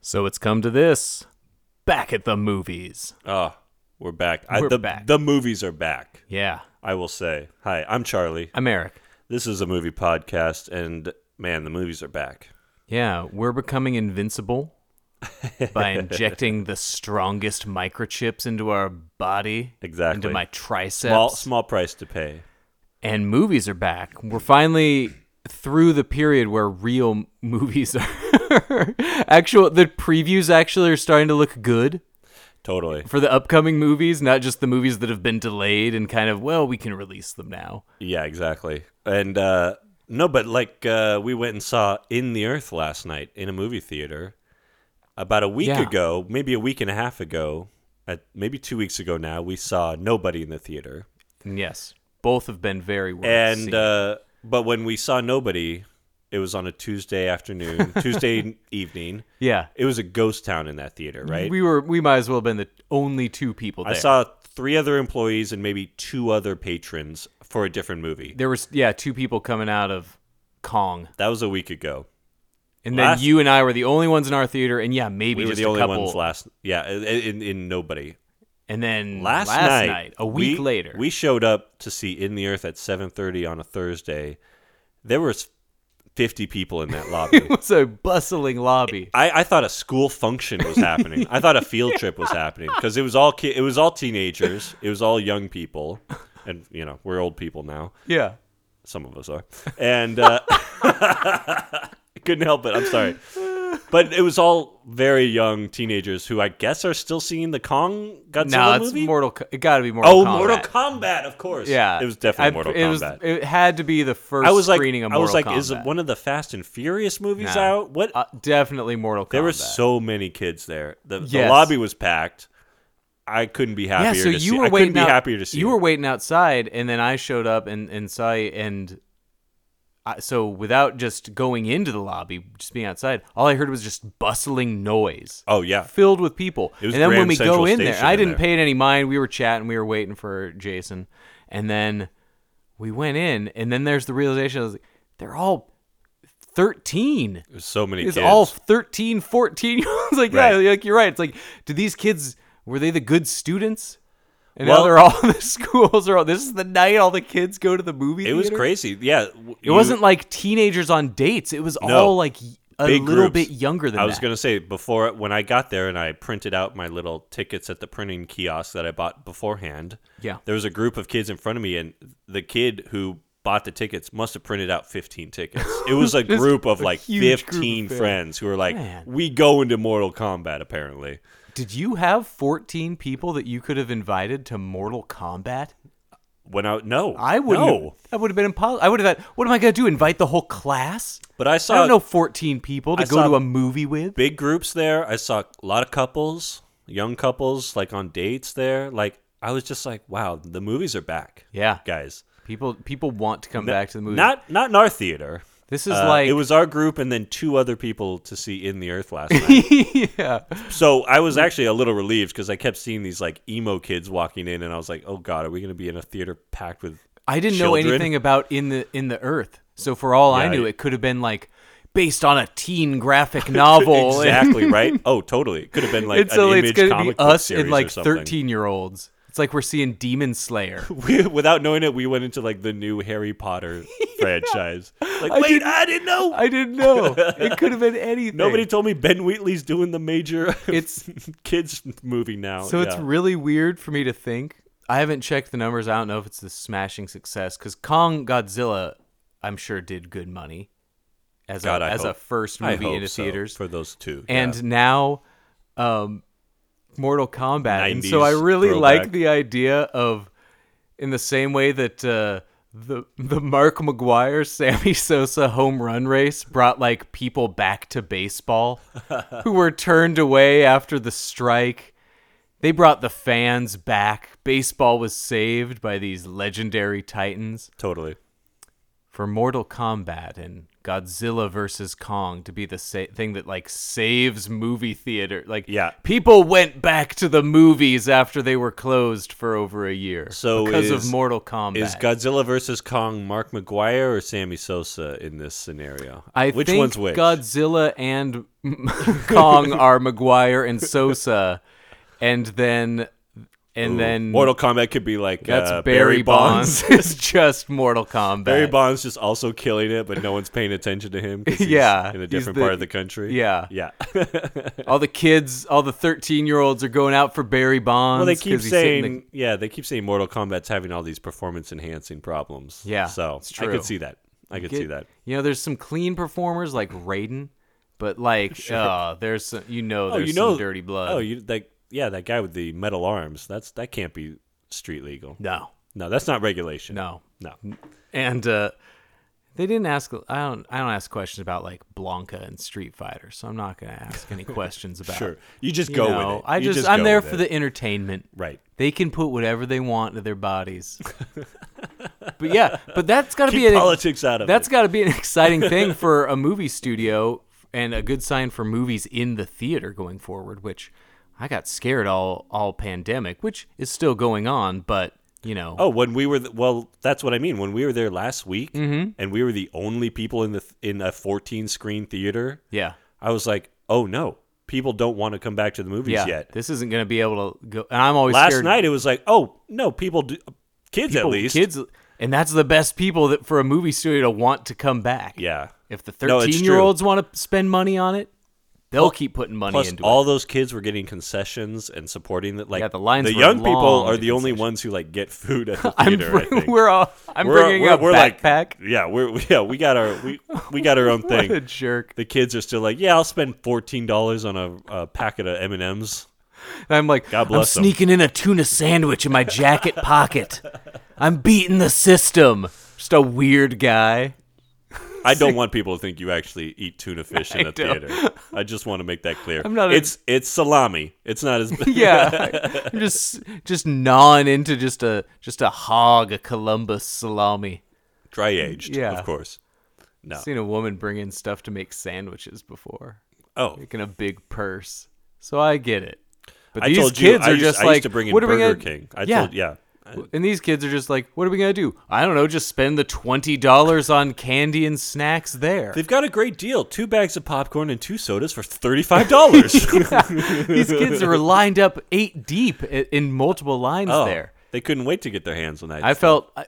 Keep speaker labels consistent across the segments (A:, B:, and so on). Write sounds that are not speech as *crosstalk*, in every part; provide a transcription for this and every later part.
A: So it's come to this. Back at the movies.
B: Ah, we're back.
A: We're
B: I, the,
A: back.
B: The movies are back.
A: Yeah.
B: I will say. Hi, I'm Charlie.
A: I'm Eric.
B: This is a movie podcast, and man, the movies are back.
A: Yeah, we're
B: *laughs*
A: becoming invincible by injecting the strongest microchips into our body.
B: Exactly.
A: Into my triceps.
B: Small, small price to pay.
A: And movies are back. We're finally through the period where real *laughs* movies are actual the previews actually are starting to look good
B: Totally.
A: for the upcoming movies, not just the movies that have been delayed and kind of well, we can release them now.
B: Yeah, exactly. And uh, no, but like uh, we went and saw In the Earth last night in a movie theater about a week
A: Yeah.
B: ago, maybe a week and a half ago, at maybe two weeks ago now. We saw Nobody in the theater,
A: And yes, both have been very well.
B: and uh, but when we saw Nobody, it was on a Tuesday afternoon, Tuesday *laughs* evening.
A: yeah,
B: It was a ghost town in that theater, right?
A: We were we might as well have been the only two people there.
B: I saw three other employees and maybe two other patrons for a different movie.
A: there was yeah two people coming out of Kong,
B: That was a week ago.
A: and then
B: Last-
A: you and I were the only ones in our theater, and yeah maybe
B: We were
A: just
B: the
A: a
B: only
A: couple.
B: ones last. Yeah, in, in, in nobody.
A: And then
B: Last,
A: night, a week
B: we-
A: later,
B: we showed up to see In the Earth at 7:30 on a Thursday. There was 50 people in
A: *laughs*
B: that lobby.
A: *laughs* it was a bustling lobby.
B: I, I thought a school function was happening. I thought a field trip was happening because it was all ki- it was all teenagers. It was all young people, and you know we're old people now.
A: yeah,
B: Some of us are, and uh, *laughs* couldn't help it. I'm sorry, but it was all very young teenagers who I guess are still seeing the Kong Godzilla
A: no, it's
B: movie.
A: Mortal. Co- It got to be Mortal.
B: oh,
A: Kombat.
B: Mortal Kombat, of course.
A: Yeah,
B: it was definitely
A: I-
B: Mortal
A: it was-
B: Kombat.
A: it had to be the first
B: I was like,
A: screening of
B: I was
A: Mortal
B: like,
A: Kombat.
B: is one of the Fast and Furious movies
A: Nah.
B: out? What?
A: Uh, definitely Mortal Kombat.
B: There were so many kids there. The, the
A: Yes.
B: lobby was packed. I couldn't be happier.
A: yeah, so
B: to
A: you
B: see.
A: were
B: I couldn't
A: waiting.
B: be
A: out-
B: happier to see.
A: You
B: it.
A: were waiting outside, and then I showed up and and saw you. And I, so, without just going into the lobby, just being outside, all I heard was just bustling noise,
B: Oh yeah,
A: filled with people.
B: It was
A: and then when
B: Grand
A: we go
B: Central
A: in there,
B: Station
A: I
B: in
A: didn't
B: there.
A: pay it any mind. We were chatting, we were waiting for Jason, and then we went in, and then there's the realization: I was like, they're all thirteen.
B: there's so many.
A: It's
B: kids.
A: all 13, 14 year olds. *laughs* Like,
B: Right.
A: yeah, like you're right. It's like, do these kids, were they the good students? And now
B: Well-
A: they're all, *laughs* the schools are all, this is the night all the kids go to the movie
B: It was
A: theater?
B: crazy. Yeah, w-
A: It wasn't like teenagers on dates. It was
B: No.
A: all like y- a
B: big
A: little
B: groups.
A: bit younger than
B: I was
A: that.
B: gonna say before when I got there and I printed out my little tickets at the printing kiosk that I bought beforehand.
A: Yeah.
B: there was a group of kids in front of me, and the kid who bought the tickets must have printed out 15
A: *laughs*
B: tickets. It was a group of
A: a
B: like
A: huge group of
B: 15
A: fans.
B: friends who were like,
A: Man.
B: "We go into Mortal Kombat." Apparently,
A: Did you have 14 people that you could have invited to Mortal Kombat?
B: when I no,
A: I would
B: no.
A: That would have been impossible. I would have had, what am I going to do? Invite the whole class?
B: But I saw
A: I don't know 14 people to
B: I
A: go
B: saw
A: to a movie with.
B: big groups there. I saw a lot of couples, young couples, like on dates there. Like I was just like, wow, the movies are back.
A: Yeah.
B: guys,
A: People people want to come back to the movie.
B: Not not in our theater.
A: This is
B: Uh,
A: like
B: it was our group and then two other people to see in the earth last night.
A: *laughs* yeah.
B: so I was actually a little relieved because I kept seeing these like emo kids walking in, and I was like, oh god, are we going to be in a theater packed
A: *laughs*
B: with?
A: I didn't know
B: children?
A: anything about in the in the earth. So for all I
B: Yeah,
A: knew,
B: I-
A: it could have been like based on a
B: *laughs*
A: teen graphic novel. *laughs*
B: exactly right. Oh, totally. It could have been like
A: it's
B: an
A: so it's
B: image
A: gonna
B: comic
A: be
B: book
A: us
B: series
A: and
B: or
A: like
B: something.
A: thirteen year olds. It's like we're seeing Demon Slayer.
B: *laughs* we, without knowing it, we went into like the new Harry
A: *laughs*
B: Potter franchise. Like, wait,
A: didn't-
B: I didn't know.
A: I didn't know. It could have
B: *laughs*
A: been anything.
B: Nobody told me Ben Wheatley's doing the major
A: It's-
B: *laughs* kids movie now.
A: So it's
B: Yeah.
A: really weird for me to think. I haven't checked the numbers. I don't know if it's the smashing success because Kong Godzilla, I'm sure, did good money as
B: God,
A: a
B: I
A: as a
B: hope-
A: first
B: I
A: movie
B: hope
A: into
B: so
A: theaters.
B: for those two.
A: and
B: yeah.
A: now, um, Mortal Kombat. And so I
B: 90s
A: really
B: throwback.
A: like the idea of, in the same way that uh, the the Mark McGuire *laughs* Sammy Sosa home run race brought like people back
B: *laughs*
A: to baseball who were turned away after the strike. They brought the fans back. Baseball was saved by these legendary titans
B: Totally.
A: for Mortal Kombat and Godzilla versus Kong to be the sa- thing that like saves movie theater. Like
B: Yeah.
A: people went back to the movies after they were closed for over a year
B: So
A: because
B: is-
A: of Mortal Kombat.
B: Is Godzilla versus Kong Mark McGuire or Sammy Sosa in this scenario?
A: I
B: which
A: think
B: one's which?
A: Godzilla and *laughs* Kong are McGuire and Sosa, and then and then
B: Mortal Kombat could be like
A: that's
B: uh,
A: Barry, Bonds. *laughs* is just Mortal
B: *laughs*
A: Kombat.
B: Barry Bonds just also killing it, but no one's paying attention to him. 'cause he's
A: *laughs* Yeah,
B: in a
A: he's
B: different
A: the-
B: part of the country.
A: yeah.
B: yeah. *laughs*
A: All the kids, all the thirteen-year-olds are going out for Barry Bonds.
B: well, they keep
A: 'cause he's hitting
B: saying,
A: the-
B: yeah, they keep saying Mortal Kombat's having all these performance enhancing problems.
A: Yeah,
B: so
A: it's
B: I
A: true.
B: could see that. I could see
A: Get-
B: that.
A: You know, there's some clean performers like Raiden,
B: *laughs*
A: but like, uh, there's some, you know,
B: Oh,
A: there's
B: you know,
A: some dirty blood.
B: Oh, you like yeah, that guy with the metal arms. That's that can't be street legal.
A: no,
B: No, that's not regulation.
A: no,
B: no.
A: and uh, they didn't ask. I don't. I don't ask questions about like Blanca and Street Fighter, so I'm not gonna ask
B: *laughs*
A: any questions about.
B: Sure, you just
A: you
B: go
A: know,
B: with it.
A: I
B: You
A: just, I'm
B: go
A: there
B: with
A: for
B: it.
A: the entertainment.
B: right.
A: They can put whatever they want into
B: *laughs*
A: their bodies. but yeah, but that's got to
B: Keep
A: be an,
B: politics out of
A: That's
B: it.
A: got to be
B: *laughs*
A: an exciting thing for a movie studio and a good sign for movies in the theater going forward, which I got scared all all pandemic, which is still going on, but you know.
B: Oh, when we were th- well, that's what I mean. When we were there last week,
A: Mm-hmm.
B: and we were the only people in the th- in a 14 screen theater.
A: yeah.
B: I was like, oh no, people don't want to come back to the movies
A: Yeah.
B: yet.
A: This isn't going to be able to go and I'm always
B: last
A: scared
B: night it was like, oh no, people do, kids
A: people-
B: at least
A: kids and that's the best people that for a movie studio to want to come back.
B: Yeah.
A: If the
B: No, it's
A: 13 year olds want to spend money on it, they'll keep putting money
B: Plus,
A: into
B: all
A: it.
B: those kids were getting concessions and supporting that. Like
A: Yeah, the lines were
B: young people
A: long
B: are
A: at
B: the only
A: concessions.
B: ones who like get food at the
A: *laughs* I'm
B: theater. I
A: bring-
B: think.
A: we're all I'm
B: We're-
A: bringing
B: we're-
A: up
B: we're like-
A: backpack.
B: yeah, we're yeah we got our we we got
A: *laughs*
B: our own
A: what a
B: thing.
A: jerk.
B: The kids are still like, yeah, I'll spend fourteen dollars on a, a packet of M and M's.
A: And I'm like,
B: God bless
A: I'm
B: 'em.
A: sneaking in a tuna sandwich in my jacket pocket. I'm beating the system. Just a weird guy.
B: I
A: *laughs*
B: don't want people to think you actually eat tuna fish in
A: I
B: a
A: don't.
B: theater. I just want to make that clear.
A: I'm not a-
B: it's it's salami. It's not as
A: *laughs* Yeah, *laughs* I'm just just gnawing into just a just a hog, a Columbus salami.
B: *laughs* dry aged.
A: Yeah.
B: of course. No.
A: I've seen a woman bring in stuff to make sandwiches before,
B: Oh,
A: making a big purse. So I get it. But
B: I
A: these
B: told you.
A: kids
B: I
A: are
B: used,
A: just
B: I
A: like,
B: used to bring in
A: what are we
B: Burger
A: gonna?
B: King. I
A: yeah,
B: told yeah.
A: And these kids are just like, what are we gonna do? I don't know. Just spend the twenty dollars on candy and snacks
B: *laughs*
A: there.
B: They've got a great deal. Two bags of popcorn and two sodas for
A: *laughs*
B: $35.
A: These kids were lined up eight deep i- in multiple lines
B: *laughs* Oh,
A: there.
B: They couldn't wait to get their hands on that.
A: I felt I,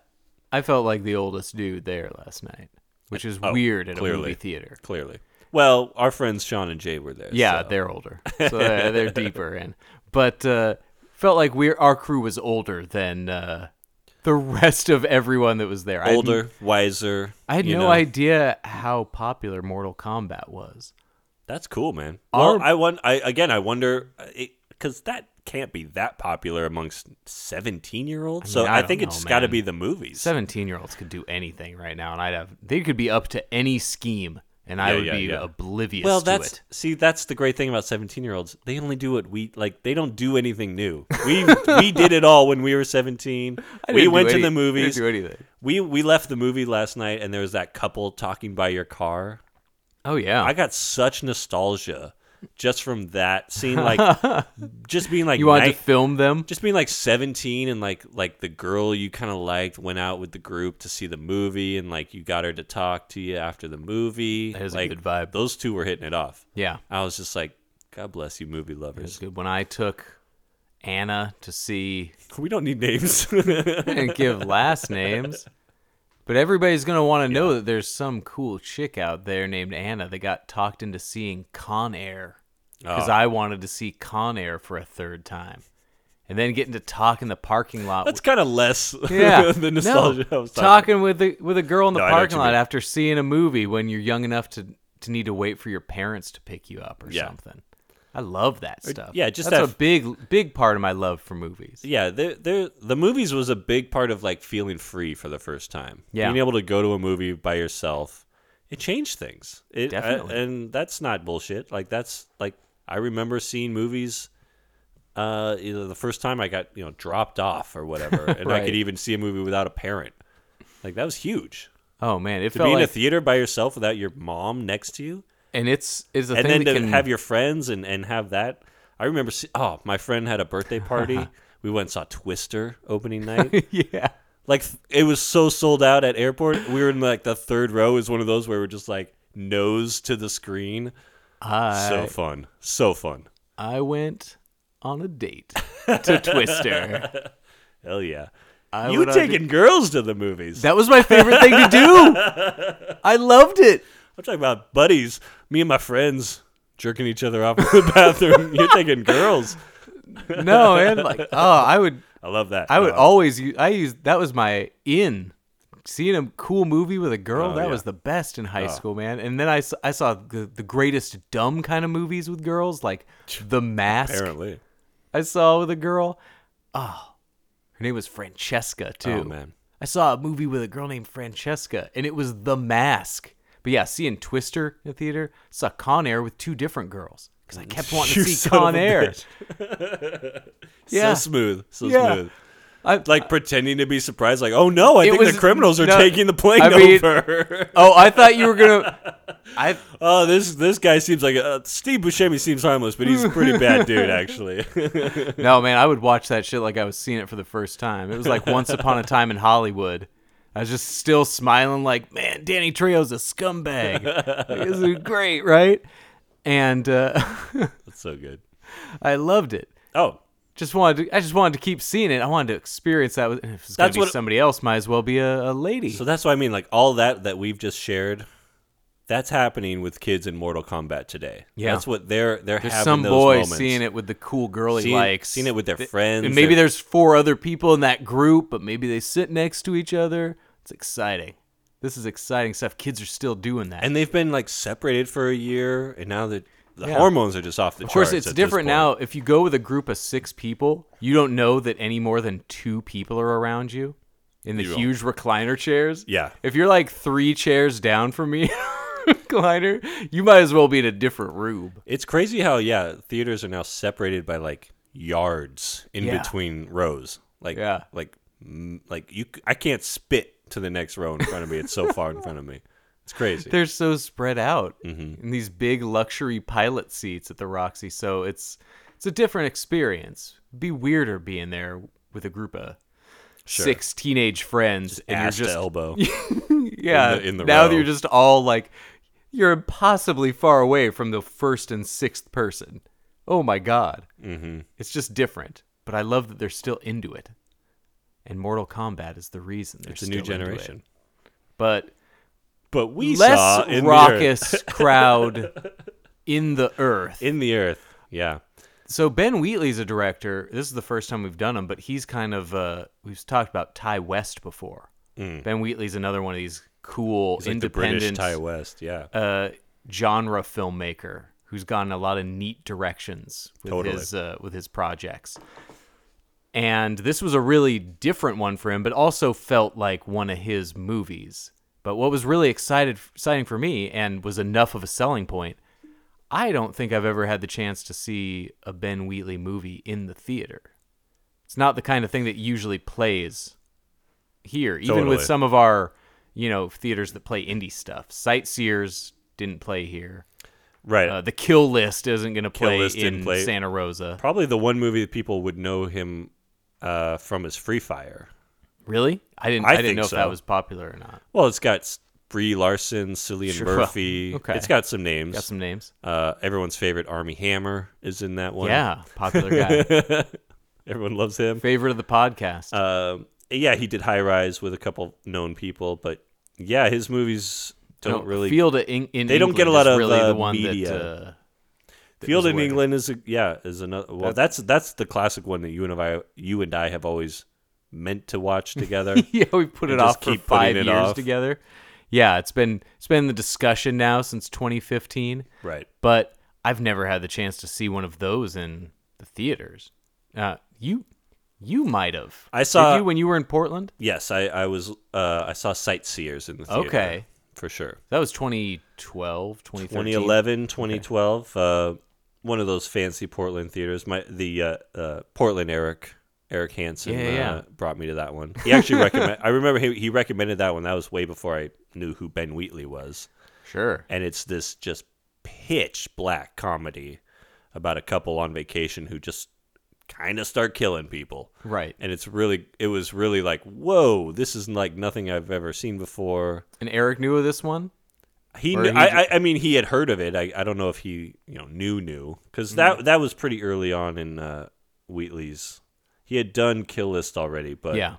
A: I felt like the oldest dude there last night, which is
B: Oh,
A: weird at a
B: clearly.
A: movie theater.
B: Clearly. Well, our friends Sean and Jay were there. *laughs*
A: Yeah,
B: so-
A: they're older, so they're, they're deeper in. But uh, felt like we our crew was older than uh, the rest of everyone that was there. I had-
B: older, wiser.
A: I had
B: you
A: no
B: know.
A: idea how popular Mortal Kombat was.
B: That's cool, man.
A: Our-
B: well, I want. I again, I wonder because that can't be that popular amongst seventeen-year-olds.
A: I mean,
B: so
A: I
B: I,
A: don't
B: think
A: know,
B: it's got to
A: man.
B: be the movies.
A: Seventeen-year-olds could do anything right now, and I'd have they could be up to any scheme, and I
B: Yeah,
A: would
B: yeah,
A: be
B: yeah.
A: oblivious.
B: well,
A: to
B: that's
A: it.
B: see, that's the great thing about seventeen-year-olds. They only do what we like. They don't do anything new.
A: *laughs*
B: We we did it all when we were seventeen.
A: I
B: We
A: didn't do
B: went to
A: any-
B: the
A: didn't
B: movies.
A: do anything.
B: We we left the movie last night, and there was that couple talking by your car.
A: Oh yeah,
B: I got such nostalgia just from that scene, like
A: *laughs*
B: just being like
A: you wanted
B: nine-
A: to film them.
B: just being like 17 and like like the girl you kind of liked went out with the group to see the movie and like you got her to talk to you after the movie
A: That is a
B: like
A: good vibe.
B: those two were hitting it off
A: Yeah,
B: i was just like god bless you movie
A: it's
B: lovers
A: good. When I took Anna to see
B: we don't need names *laughs*
A: and give last names, but everybody's gonna want to know that there's some cool chick out there named Anna that got talked into seeing Con Air
B: Oh.
A: because I wanted to see Con Air for a third time, and then getting to talk in the parking lot.
B: that's kind of less *laughs*
A: yeah,
B: the nostalgia
A: No.
B: I was talking.
A: talking with the with a girl in the
B: No, I know what
A: parking
B: you
A: lot
B: mean.
A: after seeing a movie when you're young enough to to need to wait for your parents to pick you up or
B: Yeah. Uh,
A: something. I love that stuff.
B: yeah, just
A: that's
B: that
A: a
B: f-
A: big, big part of my love for movies.
B: yeah, there, there, the movies was a big part of like feeling free for the first time.
A: Yeah.
B: being able to go to a movie by yourself, it changed things. It, I-
A: Definitely.
B: and that's not bullshit. Like that's like I remember seeing movies. Uh, you know, the first time I got you know dropped off or
A: *laughs*
B: whatever, and I
A: Right.
B: could even see a movie without a parent. Like that was huge.
A: Oh man, it
B: To
A: felt
B: be in
A: like,
B: a theater by yourself without your mom next to you,
A: and it's is a
B: and
A: thing
B: then
A: that
B: to
A: can
B: have your friends and, and have that. I remember, see, oh, my friend had a
A: *laughs*
B: birthday party. we went and saw Twister opening night.
A: *laughs* yeah.
B: like th- it was so sold out at airport. We were in like the third row. Is one of those where we're just like nose to the screen.
A: I
B: so fun, so fun.
A: I went on
B: *laughs*
A: a date to Twister.
B: Hell yeah!
A: I
B: you
A: went on a
B: taking girls to the movies?
A: That was my favorite thing to do.
B: *laughs*
A: I loved it.
B: I'm talking about buddies. Me and my friends jerking each other off in the *laughs* bathroom. You're taking girls.
A: No, and like, oh, I would,
B: I love that.
A: I would
B: Uh,
A: always use. I used that was my in. Seeing a cool movie with a girl,
B: Oh,
A: that
B: yeah. Oh.
A: was the best in high school, man. And then I, s- I saw the, the greatest dumb kind of movies with girls, like The Mask.
B: apparently.
A: I saw with a girl. Oh, her name was Francesca too.
B: Oh, man.
A: I saw a movie with a girl named Francesca, and it was The Mask. But yeah, seeing Twister in the theater, saw Con Air with two different girls because I kept
B: *laughs*
A: wanting
B: You
A: to see
B: son of
A: Con
B: a
A: Air.
B: bitch.
A: Yeah.
B: So smooth. So
A: Yeah.
B: smooth.
A: I-
B: *laughs* Like pretending to be surprised, like, oh no, I
A: Uh, It
B: think
A: was-
B: the criminals are
A: no,
B: taking the plane
A: I mean-
B: over. *laughs*
A: oh, I thought you were gonna. I
B: oh, this this guy seems like uh, Steve Buscemi seems harmless, but he's a pretty bad
A: *laughs*
B: dude, actually. *laughs*
A: no, man, I would watch that shit like I was seeing it for the first time. It was
B: *laughs*
A: like Once Upon a Time in Hollywood. I was just still smiling, like, man, Danny Trejo's a scumbag. Like, this is great, right? And uh, *laughs*
B: That's so good.
A: I loved it.
B: Oh,
A: just wanted to, I just wanted to keep seeing it. I wanted to experience that. with- If it's gonna
B: That's
A: be
B: what-
A: somebody else, might as well be a, a lady.
B: so that's what I mean. Like all that that we've just shared, that's happening with kids in Mortal Kombat today.
A: Yeah.
B: that's what they're they're
A: there's
B: having
A: some
B: those
A: boy
B: moments.
A: seeing it with the cool girl he
B: Seeing-
A: likes,
B: seeing it with their
A: Th-
B: friends,
A: and maybe
B: their-
A: there's four other people in that group, but maybe they sit next to each other. It's exciting. This is exciting stuff. Kids are still doing that.
B: and they've been like separated for a year, and now that the
A: Yeah.
B: hormones are just off the
A: of course,
B: charts
A: it's
B: at this
A: different
B: point.
A: now. If you go with a group of six people, you don't know that any more than two people are around you in the
B: You don't.
A: huge recliner chairs.
B: Yeah.
A: If you're like three chairs down from me, *laughs* recliner, you might as well be in a different room.
B: It's crazy how yeah, theaters are now separated by like yards in
A: Yeah.
B: between rows. Like
A: Yeah.
B: like mm, like you c- I can't spit to the next row in front of me. It's so far in front of me. It's crazy.
A: They're so spread out
B: Mm-hmm.
A: in these big luxury pilot seats at the Roxy, so it's it's a different experience. be weirder being there with a group of
B: Sure.
A: six teenage friends, and you're
B: ass
A: just
B: to elbow.
A: *laughs* yeah.
B: in the
A: now
B: row.
A: you're just all like, you're impossibly far away from the first and sixth person. Oh my god, mm-hmm. it's just different. But I love that they're still into it, and Mortal Kombat is the reason they're
B: It's a new
A: still into it.
B: generation.
A: But
B: But we saw
A: less
B: in the
A: raucous crowd in the earth.
B: earth, *laughs* in the earth. Yeah.
A: So Ben Wheatley's a director. This is the first time we've done him, but he's kind of uh, we've talked about Ty West before. Ben Wheatley's another one of these cool
B: It's Mm. like the
A: independent
B: British Ty West. Yeah.
A: uh, genre filmmaker who's gotten a lot of neat directions with
B: Totally.
A: his uh, with his projects. And this was a really different one for him, but also felt like one of his movies. But what was really excited, exciting for me and was enough of a selling point, I don't think I've ever had the chance to see a Ben Wheatley movie in the theater. It's not the kind of thing that usually plays here, even with
B: Totally.
A: some of our, you know, theaters that play indie stuff. Sightseers didn't play here.
B: right.
A: Uh, the Kill List isn't going to play
B: List didn't
A: in
B: play-
A: Santa Rosa.
B: Probably the one movie that people would know him uh, from is Free Fire.
A: Really? I didn't.
B: I
A: I, didn't
B: think
A: know if
B: so.
A: that was popular or not.
B: Well, it's got S- Brie Larson, Cillian
A: Sure, well,
B: Murphy.
A: okay.
B: It's got some names.
A: Got some names.
B: Uh, everyone's favorite Army Hammer is in that one.
A: Yeah, popular guy,
B: *laughs* everyone loves him.
A: favorite of the podcast.
B: Um, yeah, he did High Rise with a couple known people, but yeah, his movies
A: No,
B: don't really
A: Field of Eng- in
B: they don't get a lot
A: England is
B: of,
A: really the
B: uh,
A: one
B: media.
A: That, uh, that
B: Field
A: is
B: in
A: where-
B: England is a, yeah is another. Well, that's that's the classic one that you and I you and I have always meant to watch together.
A: *laughs* yeah, we put it
B: and just
A: off for
B: keep putting
A: five
B: it
A: years
B: off.
A: together. Yeah, it's been it's been the discussion now since 2015.
B: Right.
A: But I've never had the chance to see one of those in the theaters. Uh, you you might have.
B: I saw-
A: Did you when you were in Portland.
B: Yes, I, I was. Uh, I saw Sightseers in the theater.
A: Okay.
B: for sure.
A: That was 2012, 2013.
B: 2011, 2012. Uh, one of those fancy Portland theaters. My the uh, uh, Portland Eric Eric Hansen
A: Yeah, yeah.
B: Uh, brought me to that one. He actually recommend. *laughs* I remember he, he recommended that one. That was way before I knew who Ben Wheatley was.
A: Sure.
B: and it's this just pitch black comedy about a couple on vacation who just kind of start killing people.
A: Right.
B: And it's really, it was really like, whoa, this is like nothing I've ever seen before.
A: And Eric knew of this one?
B: He,
A: Or
B: knew,
A: he
B: I, I, I mean, he had heard of it. I, I don't know if he, you know, knew knew because
A: Mm-hmm.
B: that that was pretty early on in uh, Wheatley's. He had done Kill List already, but
A: yeah.